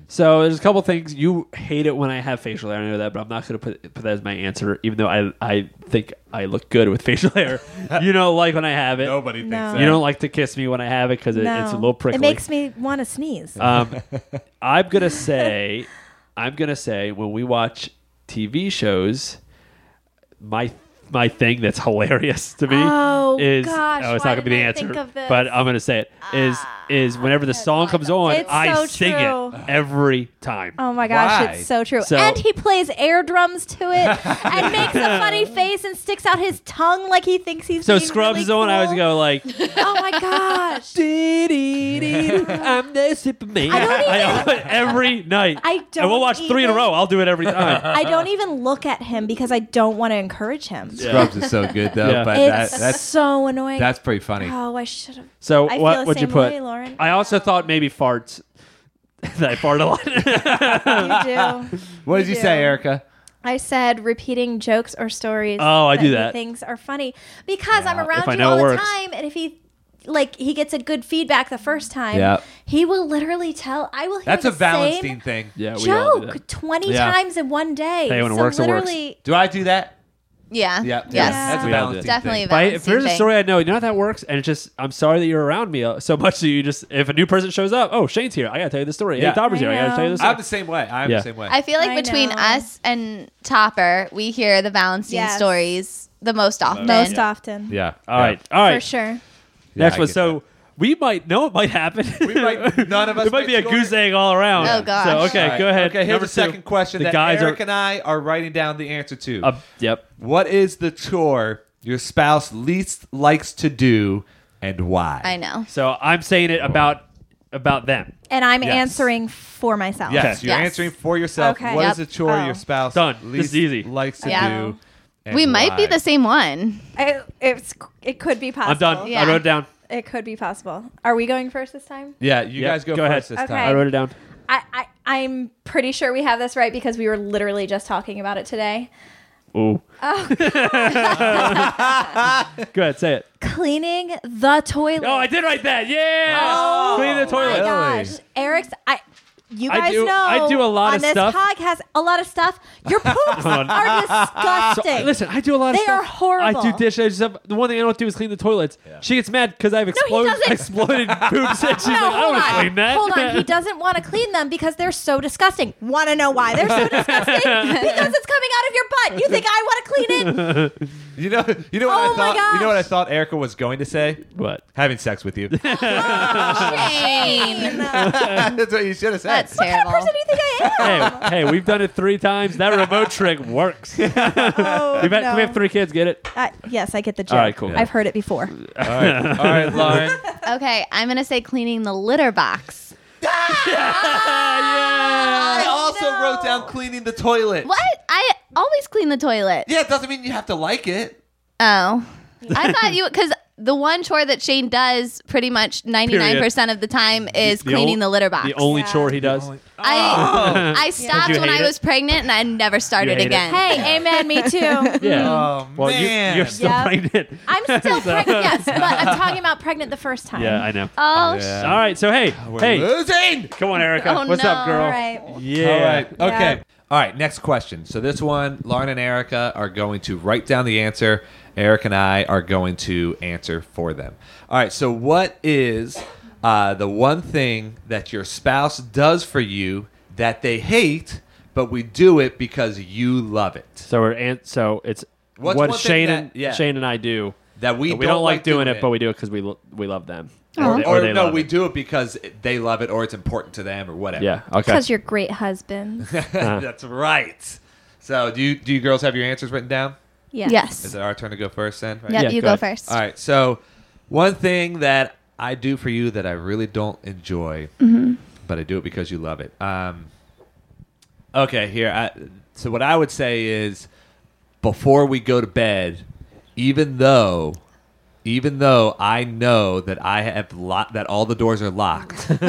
Speaker 2: so there's a couple things you hate it when I have facial hair. I know that, but I'm not going to put put that as my answer, even though I I think I look good with facial hair. you don't like when I have it.
Speaker 3: Nobody
Speaker 4: No.
Speaker 3: thinks that.
Speaker 2: You don't like to kiss me when I have it because it,
Speaker 4: no.
Speaker 2: it's a little prickly.
Speaker 4: It makes me want to sneeze.
Speaker 2: Um, I'm gonna say, I'm gonna say when we watch TV shows, my my thing that's hilarious to me
Speaker 4: Oh,
Speaker 2: is
Speaker 4: gosh,
Speaker 2: oh, it's
Speaker 4: why
Speaker 2: not gonna be the
Speaker 4: didn't I
Speaker 2: answer,
Speaker 4: think of this? Ah,
Speaker 2: but I'm gonna say it is is whenever the song comes on,
Speaker 4: It's
Speaker 2: I
Speaker 4: so
Speaker 2: sing
Speaker 4: true.
Speaker 2: it every time.
Speaker 4: oh my gosh,
Speaker 3: why?
Speaker 4: it's so true.
Speaker 2: So-
Speaker 4: and he plays air drums to it, and makes a funny face, and sticks out his tongue like he thinks he's.
Speaker 2: so
Speaker 4: being
Speaker 2: Scrubs
Speaker 4: really
Speaker 2: is on. I always
Speaker 4: cool.
Speaker 2: go like,
Speaker 4: Oh my gosh.
Speaker 2: "Dee-dee-dee, I'm the Superman.
Speaker 4: I don't
Speaker 2: always- every night.
Speaker 4: I
Speaker 2: And we'll
Speaker 4: don't
Speaker 2: watch three in a
Speaker 4: even-
Speaker 2: row. I'll do it every time.
Speaker 4: I don't even look at him because I don't want to encourage him.
Speaker 3: Scrubs is so good though,
Speaker 2: Yeah.
Speaker 3: but that,
Speaker 4: It's
Speaker 3: that's
Speaker 4: so annoying.
Speaker 3: that's pretty funny.
Speaker 4: oh, I should have.
Speaker 2: So
Speaker 4: I
Speaker 2: what
Speaker 4: feel the
Speaker 2: would you
Speaker 4: same
Speaker 2: put?
Speaker 4: way, Lauren.
Speaker 2: I also thought maybe farts. that I fart a lot.
Speaker 4: You do.
Speaker 3: What did you
Speaker 4: Yeah.
Speaker 3: say, Erica?
Speaker 4: I said repeating jokes or stories.
Speaker 2: Oh, I
Speaker 4: that
Speaker 2: do
Speaker 4: you
Speaker 2: that.
Speaker 4: Things are funny because I'm
Speaker 2: Yeah, if
Speaker 4: around
Speaker 2: I
Speaker 4: you
Speaker 2: know it
Speaker 4: all the
Speaker 2: works.
Speaker 4: time, and if he like he gets a good feedback the first time,
Speaker 3: Yeah.
Speaker 4: he will literally tell. I will hear
Speaker 3: That's
Speaker 4: the
Speaker 3: a Valenstein
Speaker 4: same
Speaker 3: thing.
Speaker 2: yeah, we all do
Speaker 4: joke
Speaker 2: that.
Speaker 4: twenty
Speaker 2: Yeah.
Speaker 4: times in one day.
Speaker 2: Hey, when it
Speaker 4: So
Speaker 2: works, it works.
Speaker 4: literally-
Speaker 3: Do I do that?
Speaker 1: Yeah.
Speaker 3: Yeah.
Speaker 1: Yes.
Speaker 4: Yeah.
Speaker 3: That's a
Speaker 2: We all do.
Speaker 3: Valenstein
Speaker 1: Definitely. A
Speaker 3: thing.
Speaker 2: If, I, if
Speaker 1: balancing
Speaker 2: there's a
Speaker 1: thing.
Speaker 2: story I know, you know how that works, and it's just I'm sorry that you're around me uh, so much that you just if a new person shows up, oh Shane's here, I gotta tell you the story.
Speaker 3: Yeah.
Speaker 2: Hey, Topper's here, I
Speaker 4: I
Speaker 2: gotta
Speaker 4: know.
Speaker 2: tell you the story.
Speaker 3: I'm the same way. I'm
Speaker 2: Yeah.
Speaker 3: the same way.
Speaker 1: I feel like
Speaker 4: I
Speaker 1: between
Speaker 4: know.
Speaker 1: us and Topper, we hear the Balancing
Speaker 4: Yes.
Speaker 1: stories the most often.
Speaker 4: most often,
Speaker 3: yeah.
Speaker 2: all right, all
Speaker 4: for
Speaker 2: right.
Speaker 4: sure.
Speaker 3: Yeah,
Speaker 2: Next
Speaker 3: I
Speaker 2: one.
Speaker 3: get
Speaker 2: So we might know it might happen.
Speaker 3: We might- none of us
Speaker 2: it might
Speaker 3: might
Speaker 2: be a
Speaker 3: score.
Speaker 2: goose egg all around.
Speaker 1: Oh, gosh.
Speaker 2: So okay,
Speaker 3: All right.
Speaker 2: go ahead.
Speaker 3: Okay, here's
Speaker 2: Number
Speaker 3: the second
Speaker 2: two.
Speaker 3: question
Speaker 2: The
Speaker 3: that
Speaker 2: guys
Speaker 3: Eric
Speaker 2: are.
Speaker 3: and I are writing down the answer to.
Speaker 2: Uh, yep.
Speaker 3: what is the chore your spouse least likes to do and why?
Speaker 1: I know.
Speaker 2: So I'm saying it about about them.
Speaker 4: And I'm
Speaker 3: Yes.
Speaker 4: answering for myself.
Speaker 3: Yes,
Speaker 2: Okay.
Speaker 3: you're
Speaker 1: Yes.
Speaker 3: answering for yourself. What
Speaker 4: Okay.
Speaker 3: is
Speaker 1: Yep.
Speaker 3: the chore
Speaker 4: Oh.
Speaker 3: your spouse
Speaker 2: Done. This
Speaker 3: least
Speaker 2: is easy.
Speaker 3: likes to
Speaker 1: Yeah.
Speaker 3: do? and
Speaker 1: We might be
Speaker 3: why?
Speaker 1: the same one.
Speaker 4: I, it's it could be possible.
Speaker 2: I'm done.
Speaker 1: Yeah.
Speaker 2: I wrote it down.
Speaker 4: It could be possible. Are we going first this time?
Speaker 3: Yeah, you
Speaker 2: Yep,
Speaker 3: guys go,
Speaker 2: go ahead.
Speaker 3: first this
Speaker 4: Okay.
Speaker 2: I
Speaker 3: time.
Speaker 2: wrote it down.
Speaker 4: I, I I'm pretty sure we have this right because we were literally just talking about it today.
Speaker 2: Ooh. go ahead, say it.
Speaker 4: Cleaning the toilet.
Speaker 2: Oh, I did write that. Yeah. Clean the
Speaker 4: Oh my
Speaker 2: toilet.
Speaker 4: gosh, Eric's. I. You
Speaker 2: I
Speaker 4: guys
Speaker 2: do-
Speaker 4: know
Speaker 2: I do a lot
Speaker 4: on
Speaker 2: of
Speaker 4: this
Speaker 2: stuff.
Speaker 4: podcast a lot of stuff. Your poops
Speaker 2: on.
Speaker 4: are
Speaker 2: So, uh,
Speaker 4: disgusting.
Speaker 2: listen, I do a lot of
Speaker 4: They
Speaker 2: stuff.
Speaker 4: are horrible.
Speaker 2: I do dishes. stuff. The one thing I don't do is clean the toilets. She gets mad because I've exploded,
Speaker 4: doesn't.
Speaker 2: exploded poops, and she's
Speaker 4: no,
Speaker 2: like, I don't
Speaker 4: hold
Speaker 2: want to
Speaker 4: on.
Speaker 2: clean that.
Speaker 4: Hold on. He doesn't want to clean them because they're so disgusting. Want to know why they're so disgusting? because it's coming out of your butt. You think I want to clean it?
Speaker 3: You know, you know what
Speaker 4: Oh
Speaker 3: I
Speaker 4: my
Speaker 3: thought. You know what I
Speaker 4: gosh.
Speaker 3: thought Erica was going to say?
Speaker 2: What?
Speaker 3: Having sex with you.
Speaker 1: Shane.
Speaker 3: That's what you should have said.
Speaker 1: That's
Speaker 4: What
Speaker 1: terrible.
Speaker 4: person do you think I am?
Speaker 2: Hey, hey, we've done it three times. That remote trick works. We've
Speaker 4: Oh,
Speaker 2: had,
Speaker 4: no.
Speaker 2: We have three kids. Get it?
Speaker 4: Uh, yes, I get the joke.
Speaker 2: All right, cool.
Speaker 4: I've heard it before.
Speaker 3: All right, all right, Lauren.
Speaker 1: Okay, I'm gonna say cleaning the litter box.
Speaker 3: I also
Speaker 4: no.
Speaker 3: wrote down cleaning the toilet.
Speaker 1: What? I always clean the toilet.
Speaker 3: Yeah, it doesn't mean you have to like it.
Speaker 1: Oh, I thought you because the one chore that Shane does pretty much 99 percent of the time is
Speaker 2: The
Speaker 1: cleaning
Speaker 2: ol-
Speaker 1: the litter box.
Speaker 2: The only
Speaker 4: Yeah.
Speaker 2: chore he does.
Speaker 1: I I
Speaker 2: Did
Speaker 1: stopped
Speaker 2: you
Speaker 1: when
Speaker 2: hate
Speaker 1: I
Speaker 2: it?
Speaker 1: was pregnant and I never started
Speaker 2: hate it?
Speaker 1: again.
Speaker 4: Hey, amen. Me too.
Speaker 2: Yeah.
Speaker 3: Oh
Speaker 2: well,
Speaker 3: man,
Speaker 2: You, are still
Speaker 4: Yep.
Speaker 2: pregnant.
Speaker 4: I'm still pregnant. Yes, but I'm talking about pregnant the first time.
Speaker 2: Yeah, I know.
Speaker 1: Oh, sh-
Speaker 3: Yeah.
Speaker 2: All right, so hey,
Speaker 3: We're
Speaker 2: hey,
Speaker 3: losing.
Speaker 2: come on, Erica.
Speaker 1: Oh,
Speaker 2: What's up,
Speaker 1: no.
Speaker 2: girl?
Speaker 4: All right.
Speaker 2: Yeah.
Speaker 3: All right. Okay.
Speaker 4: Yeah.
Speaker 3: All right. Next question. So this one, Lauren and Erica are going to write down the answer. Eric and I are going to answer for them. All right. So what is uh, the one thing that your spouse does for you that they hate, but we do it because you love it?
Speaker 2: So we're an- so it's
Speaker 3: What's
Speaker 2: what
Speaker 3: one thing
Speaker 2: Shane
Speaker 3: that-
Speaker 2: and
Speaker 3: yeah.
Speaker 2: Shane and I do
Speaker 3: That we,
Speaker 2: that we don't, like, doing, it, but we do it because we lo- we love them. Or, they-
Speaker 3: or,
Speaker 2: they
Speaker 3: no,
Speaker 2: love
Speaker 3: we
Speaker 2: it.
Speaker 3: do it because they love it or it's important to them or whatever.
Speaker 2: Yeah. Uh-huh. Okay.
Speaker 4: Because you're great husbands.
Speaker 3: That's right. So do you do you girls have your answers written down?
Speaker 4: Yes.
Speaker 3: Is
Speaker 1: yes.
Speaker 3: it our turn to go first then? Right?
Speaker 1: Yep,
Speaker 2: Yeah,
Speaker 1: you
Speaker 2: go
Speaker 1: go
Speaker 2: ahead.
Speaker 1: first.
Speaker 3: All right. So, one thing that I do for you that I really don't enjoy,
Speaker 4: Mm-hmm.
Speaker 3: but I do it because you love it. Um, okay. Here. I, so, what I would say is before we go to bed, even though. Even though I know that I have lo- that all the doors are locked,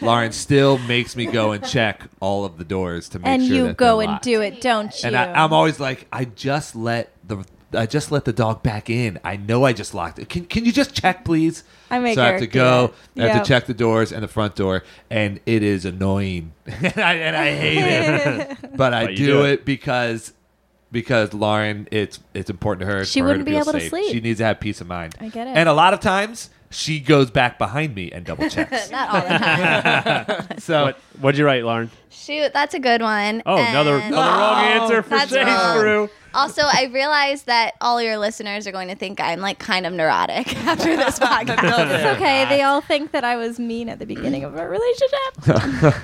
Speaker 3: Lauren still makes me go and check all of the doors to make
Speaker 4: And
Speaker 3: sure
Speaker 4: you
Speaker 3: that
Speaker 4: go
Speaker 3: they're
Speaker 4: and
Speaker 3: locked.
Speaker 4: do it, don't you?
Speaker 3: And I, I'm always like, I just let the I just let the dog back in. I know I just locked it. Can Can you just check, please?
Speaker 4: I make
Speaker 3: so I have
Speaker 4: Eric
Speaker 3: to
Speaker 4: do
Speaker 3: go.
Speaker 4: that.
Speaker 3: I have
Speaker 4: Yep.
Speaker 3: to check the doors and the front door, and it is annoying, and, I, and I hate it. but I
Speaker 2: But you
Speaker 3: do,
Speaker 2: do
Speaker 3: it.
Speaker 2: it.
Speaker 3: because because Lauren, it's it's important to her.
Speaker 4: She
Speaker 3: for her
Speaker 4: wouldn't be
Speaker 3: feel
Speaker 4: able to
Speaker 3: safe.
Speaker 4: sleep.
Speaker 3: She needs to have peace of mind.
Speaker 4: I get it.
Speaker 3: And a lot of times she goes back behind me and double checks.
Speaker 1: Not all the time.
Speaker 3: so
Speaker 2: What What'd you write, Lauren?
Speaker 1: Shoot, that's a good one.
Speaker 2: Oh, another
Speaker 1: And-
Speaker 2: another wrong
Speaker 3: Oh,
Speaker 2: answer for
Speaker 1: Um, That's
Speaker 2: Shane
Speaker 1: wrong.
Speaker 2: Crew.
Speaker 1: Also, I realize that all your listeners are going to think I'm like kind of neurotic after this podcast.
Speaker 4: it's okay. They all think that I was mean at the beginning of our relationship.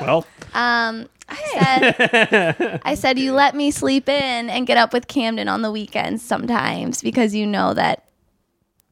Speaker 2: Well,
Speaker 1: Um, I said, I said you let me sleep in and get up with Camden on the weekends sometimes because you know that,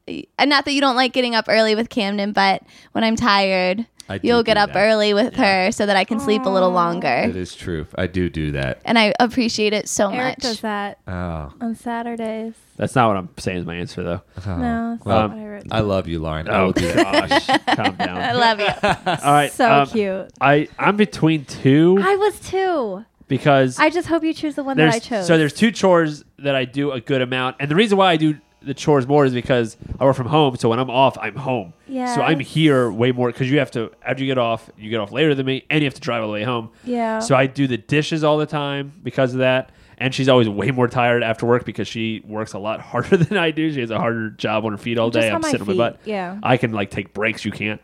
Speaker 1: and not that you don't like getting up early with Camden, but when I'm tired,
Speaker 3: I do
Speaker 1: You'll get
Speaker 3: do
Speaker 1: up
Speaker 3: that.
Speaker 1: early with her so that I can sleep a little longer.
Speaker 3: It is true. I do do that.
Speaker 1: And I appreciate it so
Speaker 4: Eric does
Speaker 1: much.
Speaker 4: that
Speaker 3: Oh,
Speaker 4: on Saturdays.
Speaker 2: That's not what I'm saying is my answer though.
Speaker 4: No, it's
Speaker 2: Oh, Well, um,
Speaker 4: not what I wrote.
Speaker 3: I love you, Lauren. I
Speaker 2: Oh
Speaker 3: will do that.
Speaker 2: gosh, calm
Speaker 1: I
Speaker 2: down.
Speaker 1: love you.
Speaker 2: All right,
Speaker 4: so
Speaker 2: um,
Speaker 4: cute.
Speaker 2: I I'm between two
Speaker 4: I was too.
Speaker 2: because
Speaker 4: I just hope you choose the one that
Speaker 2: there's
Speaker 4: I chose.
Speaker 2: so there's two chores that I do a good amount, and the reason why I do the chores more is because I work from home. So when I'm off, I'm home. So I'm
Speaker 4: Yes.
Speaker 2: here way more because you have to after you get off, you get off later than me, and you have to drive all the way home.
Speaker 4: Yeah.
Speaker 2: So I do the dishes all the time because of that. And she's always way more tired after work because she works a lot harder than I do. She has a harder job on her feet all
Speaker 4: Just
Speaker 2: day.
Speaker 4: on
Speaker 2: I'm
Speaker 4: my
Speaker 2: sitting on
Speaker 4: feet,
Speaker 2: my butt.
Speaker 4: yeah.
Speaker 2: I can like take breaks. You can't.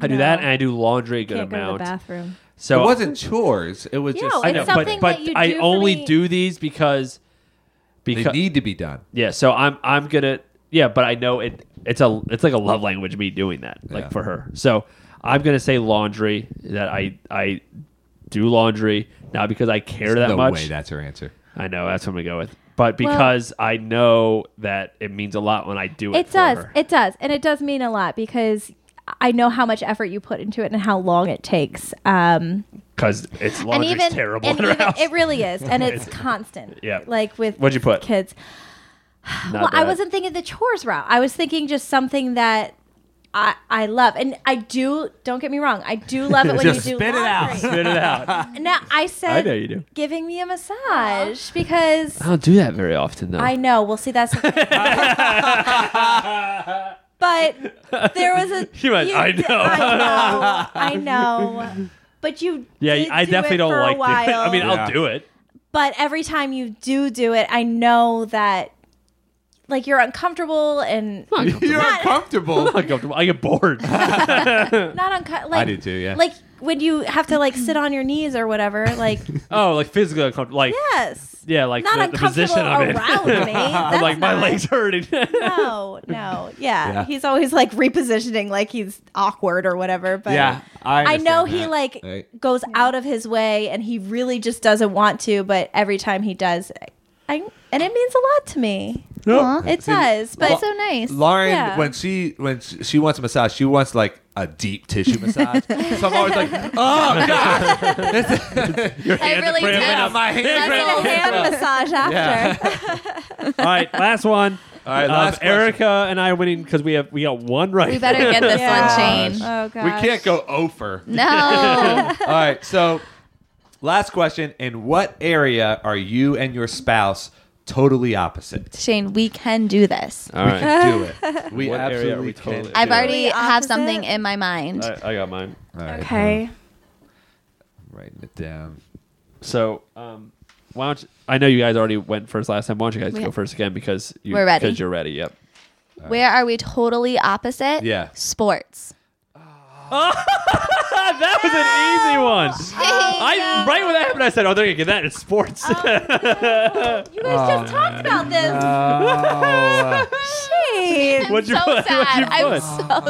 Speaker 2: I do
Speaker 4: No.
Speaker 2: that and I do laundry a good
Speaker 4: Can't go to the
Speaker 2: amount.
Speaker 4: bathroom.
Speaker 2: so
Speaker 3: it wasn't chores. It was
Speaker 4: No,
Speaker 3: just
Speaker 2: I
Speaker 4: It's
Speaker 2: know,
Speaker 4: something
Speaker 2: but, but
Speaker 4: that you
Speaker 2: I
Speaker 4: do for
Speaker 2: only
Speaker 4: me.
Speaker 2: do these because
Speaker 3: they
Speaker 2: because
Speaker 3: need to be done.
Speaker 2: yeah. So I'm I'm gonna yeah, but I know it it's a it's like a love language me doing that like
Speaker 3: Yeah.
Speaker 2: for her. So I'm gonna say laundry that I I do laundry not because I care that
Speaker 3: no
Speaker 2: much.
Speaker 3: way that's her answer.
Speaker 2: I know that's what I'm gonna go with, but because I know that it means a lot when I do it.
Speaker 4: It
Speaker 2: for
Speaker 4: does.
Speaker 2: her.
Speaker 4: It does. And it does mean a lot because I know how much effort you put into it and how long it takes. Um,
Speaker 2: because it's
Speaker 4: and
Speaker 2: laundry's
Speaker 4: even,
Speaker 2: terrible
Speaker 4: and
Speaker 2: in her
Speaker 4: even-
Speaker 2: house.
Speaker 4: it really is. And it's constant.
Speaker 2: Yeah.
Speaker 4: Like with
Speaker 2: What'd you put?
Speaker 4: kids.
Speaker 2: Not
Speaker 4: well, I
Speaker 2: bad.
Speaker 4: wasn't thinking the chores route. I was thinking just something that I, I love. And I do, don't get me wrong, I do love it when
Speaker 2: Just
Speaker 4: you do
Speaker 2: spit it out.
Speaker 4: laundry.
Speaker 2: Spit it out.
Speaker 4: No, I
Speaker 2: I
Speaker 4: said
Speaker 2: know you Oh. do.
Speaker 4: giving me a massage because
Speaker 2: I don't do that very often though.
Speaker 4: I know. We'll see. That's. the thing. but there was a.
Speaker 2: She went, "I
Speaker 4: did-
Speaker 2: know."
Speaker 4: I know. I know. But you.
Speaker 2: yeah,
Speaker 4: did
Speaker 2: I
Speaker 4: do
Speaker 2: definitely
Speaker 4: it
Speaker 2: don't like doing
Speaker 4: for a
Speaker 2: it.
Speaker 4: while.
Speaker 2: I mean, I'll
Speaker 3: Yeah.
Speaker 2: do it.
Speaker 4: but every time you do do it, I know that, like, you're uncomfortable and
Speaker 3: You're uncomfortable.
Speaker 2: I'm uncomfortable. I get bored.
Speaker 4: not uncomfortable. Like,
Speaker 3: do too, yeah.
Speaker 4: Like when you have to like sit on your knees or whatever. Like,
Speaker 2: oh, like physically uncomfortable. Like
Speaker 4: yes.
Speaker 2: yeah, like
Speaker 4: Not
Speaker 2: the, the
Speaker 4: uncomfortable
Speaker 2: position I'm in.
Speaker 4: around me. That's
Speaker 2: I'm like my
Speaker 4: not-
Speaker 2: legs hurting.
Speaker 4: No, no, yeah.
Speaker 3: Yeah.
Speaker 4: He's always like repositioning, like he's awkward or whatever. But
Speaker 3: Yeah, I
Speaker 4: I know
Speaker 3: understand
Speaker 4: he
Speaker 3: that.
Speaker 4: like
Speaker 3: Right.
Speaker 4: goes out of his way, and he really just doesn't want to. But every time he does, I, and it means a lot to me.
Speaker 1: Aw,
Speaker 4: It does, but
Speaker 1: That's so nice.
Speaker 3: Lauren,
Speaker 4: Yeah.
Speaker 3: when she when she, she wants a massage, she wants like a deep tissue massage. so I'm always like, oh god,
Speaker 2: Your
Speaker 1: I
Speaker 2: hands
Speaker 1: really
Speaker 2: cramping
Speaker 1: do.
Speaker 2: up.
Speaker 3: my
Speaker 4: Let's
Speaker 3: hand.
Speaker 4: get a hand massage after.
Speaker 2: All right, last one.
Speaker 3: All right,
Speaker 2: Um,
Speaker 3: last question.
Speaker 2: Erica and I are winning because we have we got one right.
Speaker 1: We better get this
Speaker 4: Yeah.
Speaker 1: one, Shane.
Speaker 4: Oh god,
Speaker 3: We can't go over.
Speaker 1: No.
Speaker 3: All right, so last question: In what area are you and your spouse totally opposite?
Speaker 1: Shane, we can do this.
Speaker 2: All right.
Speaker 3: Do it. We
Speaker 2: What area
Speaker 3: absolutely
Speaker 2: are we totally-
Speaker 3: can.
Speaker 1: I've already
Speaker 4: Totally
Speaker 1: have
Speaker 4: opposite?
Speaker 1: something in my mind.
Speaker 2: I, I got mine.
Speaker 3: All right,
Speaker 4: Okay.
Speaker 3: writing it down.
Speaker 2: So, um, why don't you, I know you guys already went first last time? Why don't you guys
Speaker 1: We-
Speaker 2: go first again because you,
Speaker 1: We're ready.
Speaker 2: Because you're ready. Yep.
Speaker 1: Where are we totally opposite?
Speaker 3: Yeah.
Speaker 1: Sports.
Speaker 2: that was an easy one. I right when that happened, I said, "Oh, they're gonna get that in sports."
Speaker 4: Oh. You guys just talked about this.
Speaker 3: Uh, Oh,
Speaker 4: Shane.
Speaker 2: What'd you
Speaker 1: so
Speaker 2: put? What'd
Speaker 1: sad.
Speaker 2: you
Speaker 1: I'm
Speaker 2: put?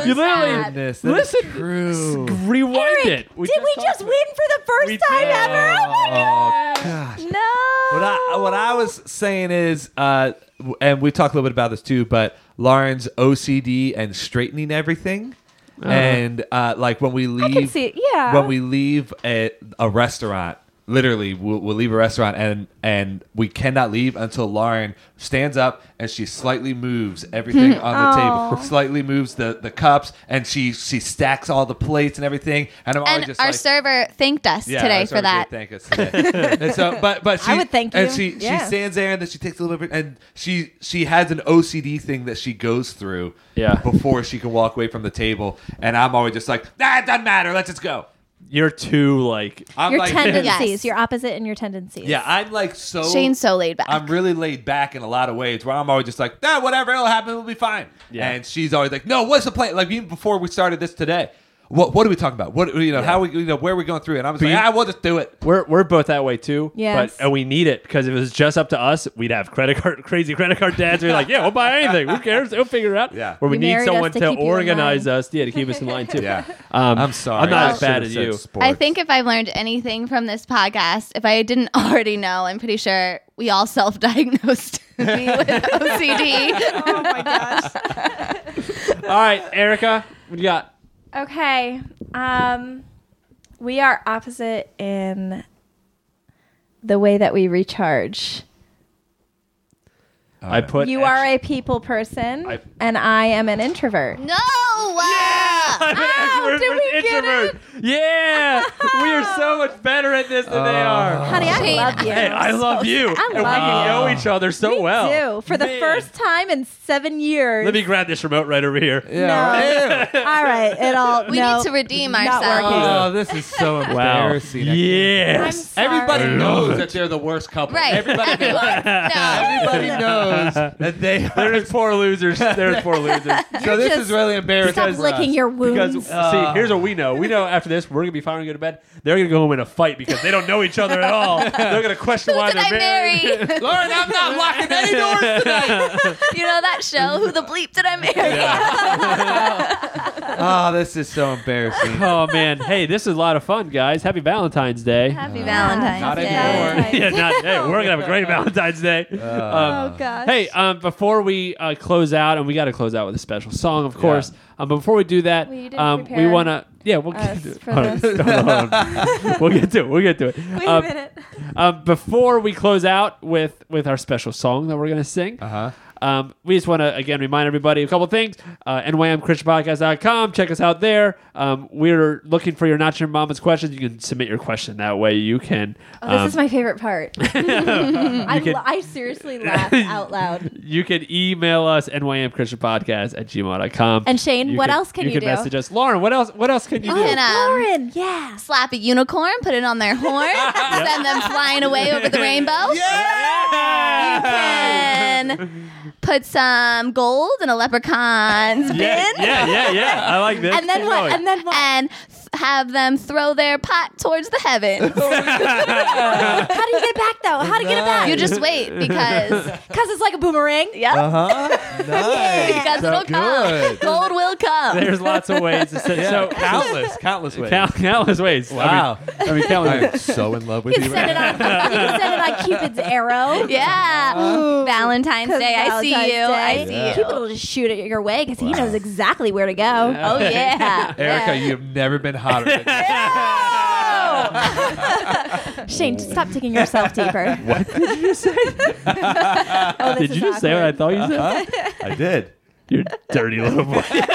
Speaker 1: so
Speaker 2: You literally-
Speaker 1: sad.
Speaker 3: Goodness, that is
Speaker 2: Listen,
Speaker 3: true.
Speaker 2: s- rewind
Speaker 4: Eric,
Speaker 2: it.
Speaker 4: did we
Speaker 2: talked
Speaker 4: just
Speaker 2: about
Speaker 4: win for the first
Speaker 2: We
Speaker 4: time
Speaker 2: did.
Speaker 4: ever? Oh my
Speaker 3: Oh,
Speaker 4: god.
Speaker 3: gosh.
Speaker 4: No.
Speaker 3: What I what I was saying is, uh, w- and we talked a little bit about this too, but Lauren's OCD and straightening everything, and uh, like when we leave,
Speaker 4: Oh. see it, yeah.
Speaker 3: when we leave a, a restaurant. Literally, we'll, we'll leave a restaurant and and we cannot leave until Lauren stands up and she slightly moves everything on the
Speaker 4: Aw.
Speaker 3: table, slightly moves the, the cups, and she she stacks all the plates and everything. And I'm always
Speaker 1: And
Speaker 3: just
Speaker 1: our
Speaker 3: like,
Speaker 1: server thanked us
Speaker 3: yeah,
Speaker 1: today
Speaker 3: that's what
Speaker 1: for
Speaker 3: I
Speaker 1: that.
Speaker 3: did Thank us today. and so, but but she,
Speaker 4: I would thank
Speaker 3: And
Speaker 4: you.
Speaker 3: she
Speaker 4: Yeah.
Speaker 3: she stands there and then she takes a little bit and she she has an OCD thing that she goes through.
Speaker 2: Yeah.
Speaker 3: Before she can walk away from the table, and I'm always just like, nah, it doesn't matter. Let's just go.
Speaker 2: You're too like.
Speaker 3: I'm
Speaker 4: your
Speaker 3: like,
Speaker 4: tendencies,
Speaker 1: Yes.
Speaker 4: your opposite and your tendencies.
Speaker 3: yeah, I'm like so.
Speaker 1: Shane's so laid back.
Speaker 3: I'm really laid back in a lot of ways where I'm always just like, nah, whatever, it'll happen, we'll be fine.
Speaker 2: Yeah.
Speaker 3: And she's always like, no, what's the plan? Like even before we started this today. What, what are we talking about? What you know? How we you know where are we going through? And I was like,
Speaker 2: you-
Speaker 3: ah, we'll just do it.
Speaker 2: We're, we're both that way too.
Speaker 4: Yes.
Speaker 2: But and we need it because if it was just up to us, we'd have credit card crazy credit card dads. We're like, yeah, we'll buy anything. Who cares? We'll figure it out.
Speaker 3: Yeah.
Speaker 2: Where we
Speaker 4: You
Speaker 2: need
Speaker 4: married
Speaker 2: someone
Speaker 4: us to
Speaker 2: to,
Speaker 4: keep you in
Speaker 2: organize
Speaker 4: line.
Speaker 2: us. Yeah, to keep us in line too.
Speaker 3: Yeah,
Speaker 2: Um,
Speaker 3: I'm sorry.
Speaker 2: I'm
Speaker 3: I
Speaker 2: not as bad
Speaker 3: should've
Speaker 2: as
Speaker 3: said
Speaker 2: you.
Speaker 3: sports.
Speaker 1: I think if I've learned anything from this podcast, if I didn't already know, I'm pretty sure we all self-diagnosed me with OCD.
Speaker 4: Oh my gosh.
Speaker 2: All right, Erica, what do you got?
Speaker 4: okay. Um, we are opposite in the way that we recharge.
Speaker 2: I put
Speaker 4: you are a people person,
Speaker 2: I-
Speaker 4: and I am an introvert.
Speaker 1: No.
Speaker 2: I'm an extrovert
Speaker 4: Oh, did we
Speaker 2: versus
Speaker 4: get
Speaker 2: introvert. Yeah, we are so much better at this than they are.
Speaker 4: Honey, I
Speaker 1: Shane,
Speaker 4: love you.
Speaker 2: Hey, I love you.
Speaker 4: I
Speaker 2: and
Speaker 4: love
Speaker 2: we
Speaker 4: you.
Speaker 2: know each other so
Speaker 4: Me
Speaker 2: well.
Speaker 4: too. For the
Speaker 2: Man.
Speaker 4: first time in seven years.
Speaker 2: Let me grab this remote right over here.
Speaker 4: no. all right. It all.
Speaker 1: We
Speaker 4: no.
Speaker 1: need to redeem
Speaker 4: not
Speaker 1: ourselves.
Speaker 4: working.
Speaker 5: Oh, this is so
Speaker 2: Wow.
Speaker 5: embarrassing. I
Speaker 4: I'm
Speaker 2: Yes.
Speaker 4: sorry.
Speaker 5: Everybody
Speaker 2: Sorry.
Speaker 5: knows
Speaker 2: Love
Speaker 5: that they're the worst couple.
Speaker 1: Right.
Speaker 5: Everybody, knows-
Speaker 1: no.
Speaker 5: everybody knows that they are.
Speaker 2: There's poor losers. There's poor losers.
Speaker 5: So this is
Speaker 4: just-
Speaker 5: really embarrassing.
Speaker 4: Stop
Speaker 5: for
Speaker 4: licking
Speaker 5: us.
Speaker 4: your wounds.
Speaker 2: uh, Because Oh, see, here's what we know. We know after this, we're gonna be finally going to bed. They're gonna go home in a fight because they don't know each other at all. They're gonna question why
Speaker 1: Who did
Speaker 2: they're
Speaker 1: I marry?
Speaker 2: married.
Speaker 1: you
Speaker 5: Lauren, I'm not locking any doors tonight.
Speaker 1: know that show? Who the bleep did I marry?
Speaker 5: oh, this is so embarrassing.
Speaker 2: oh man, hey, this is a lot of fun, guys. Happy Valentine's Day.
Speaker 1: Happy Valentine's
Speaker 5: Not
Speaker 1: Day.
Speaker 5: anymore.
Speaker 2: yeah, not, hey, we're gonna have a great Valentine's Day. Um,
Speaker 4: oh gosh.
Speaker 2: hey, um, before we uh, close out, and we got to close out with a special song, of course. Um, but before we do that,
Speaker 4: Well, you didn't
Speaker 2: um, we
Speaker 4: prepare
Speaker 2: want to. Yeah, we'll
Speaker 4: us
Speaker 2: get to it.
Speaker 4: for
Speaker 2: Hold on,
Speaker 4: this.
Speaker 2: hold on, hold on. we'll get to it. We'll get to it.
Speaker 4: Wait
Speaker 2: Um,
Speaker 4: a minute.
Speaker 2: um, before we close out with with our special song that we're gonna sing.
Speaker 5: Uh-huh.
Speaker 2: Um, we just want to again remind everybody a couple things. Uh, NYMChristianPodcast.com. Check us out there. Um, we're looking for your not your mama's questions. You can submit your question that way. You can
Speaker 4: Oh, this
Speaker 2: um,
Speaker 4: is my favorite part. I,
Speaker 2: can-
Speaker 4: lo- I seriously laugh out loud.
Speaker 2: you can email us nymchristianpodcast at gmail.com.
Speaker 4: And Shane,
Speaker 2: you
Speaker 4: what else can you
Speaker 2: can
Speaker 4: do?
Speaker 2: message us, Lauren. What else? What else can you
Speaker 1: You
Speaker 2: do?
Speaker 1: can um,
Speaker 4: Lauren, yeah.
Speaker 1: slap a unicorn, put it on their horn, send them flying away over the rainbow. You can put some gold in a leprechaun's bin.
Speaker 2: yeah, yeah, yeah, yeah. I like this.
Speaker 4: And then
Speaker 2: Keep
Speaker 4: what?
Speaker 2: going.
Speaker 4: And then what?
Speaker 1: and f- have them throw their pot towards the heavens.
Speaker 4: How do you get it back though? How do you get it back?
Speaker 1: you just wait because
Speaker 4: because it's like a boomerang.
Speaker 1: yep,
Speaker 5: Uh huh. Nice.
Speaker 1: because it'll come.
Speaker 5: Good.
Speaker 1: Gold will come.
Speaker 2: There's lots of ways to send. So
Speaker 5: countless, countless ways.
Speaker 2: count, countless ways.
Speaker 5: Wow.
Speaker 2: I mean, I mean countless.
Speaker 5: I am so in love with you.
Speaker 4: Send it on. You can send it on Cupid's arrow.
Speaker 1: Yeah, Valentine's Day.
Speaker 4: 'Cause
Speaker 1: I see you.
Speaker 4: Uh-huh.
Speaker 1: I
Speaker 4: Valentine's Day.
Speaker 1: see
Speaker 5: Yeah.
Speaker 1: you.
Speaker 4: Cupid will just shoot it your way because he knows exactly where to go.
Speaker 1: Oh yeah,
Speaker 5: Erica, you have never been hotter. Than this.
Speaker 1: Oh!
Speaker 4: Shane, just stop taking yourself deeper.
Speaker 2: What did you say?
Speaker 4: Oh, this
Speaker 2: Did
Speaker 4: is
Speaker 2: you just say what I
Speaker 4: awkward.
Speaker 2: thought you said?
Speaker 5: Uh-huh. I did.
Speaker 2: You dirty little boy.
Speaker 4: Eric,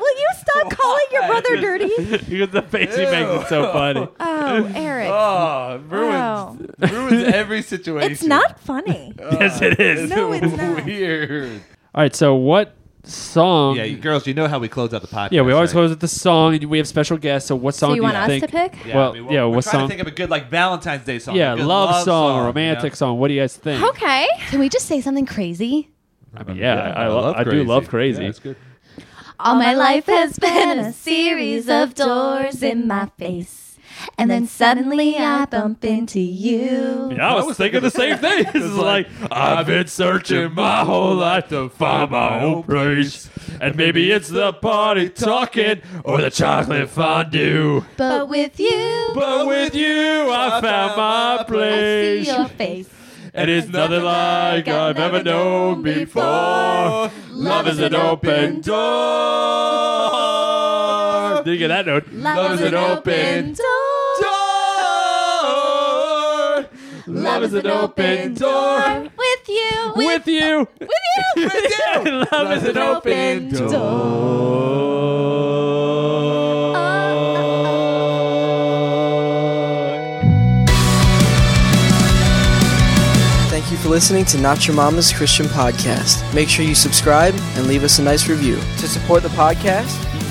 Speaker 4: will you stop calling your brother dirty?
Speaker 2: Because the face he makes is so funny.
Speaker 4: Oh, Eric.
Speaker 5: Oh, ruins,
Speaker 4: Wow.
Speaker 5: ruins every situation.
Speaker 4: It's not funny.
Speaker 2: yes, it is.
Speaker 4: No, it's not.
Speaker 5: Weird.
Speaker 2: All right, so what song?
Speaker 5: Yeah, you, girls, you know how we close out the podcast.
Speaker 2: Yeah, we always
Speaker 5: right?
Speaker 2: close with the song, and we have special guests. So what song
Speaker 4: So you
Speaker 2: do
Speaker 4: want
Speaker 2: you
Speaker 4: us
Speaker 2: think?
Speaker 4: to pick?
Speaker 5: Yeah,
Speaker 2: well,
Speaker 5: I mean,
Speaker 2: yeah,
Speaker 5: we're
Speaker 2: what
Speaker 5: trying
Speaker 2: song?
Speaker 5: To think of a good like Valentine's Day song.
Speaker 2: yeah,
Speaker 5: a good
Speaker 2: love, song, romantic
Speaker 5: you know?
Speaker 2: song. What do you guys think?
Speaker 4: Okay.
Speaker 1: Can we just say something crazy?
Speaker 2: I mean, yeah, I, lo- I do love crazy.
Speaker 5: Yeah, it's good.
Speaker 1: All my life has been a series of doors in my face. And then suddenly I bump into you.
Speaker 2: Yeah, I was thinking the same thing. This is like, I've been searching my whole life to find my own place. And maybe it's the party talking or the chocolate fondue.
Speaker 1: But with you,
Speaker 2: But with you, I found my
Speaker 1: I see
Speaker 2: place.
Speaker 1: your face.
Speaker 2: And it's nothing like I've ever known before. Love is an open door. Did you get that note?
Speaker 1: Love is an open door.
Speaker 2: door. Love is an open door.
Speaker 1: With you,
Speaker 2: With you. With you. Love is an open door. Oh.
Speaker 6: Thank you for listening to Not Your Mama's Christian Podcast. Make sure you subscribe and leave us a nice review. To support the podcast, you can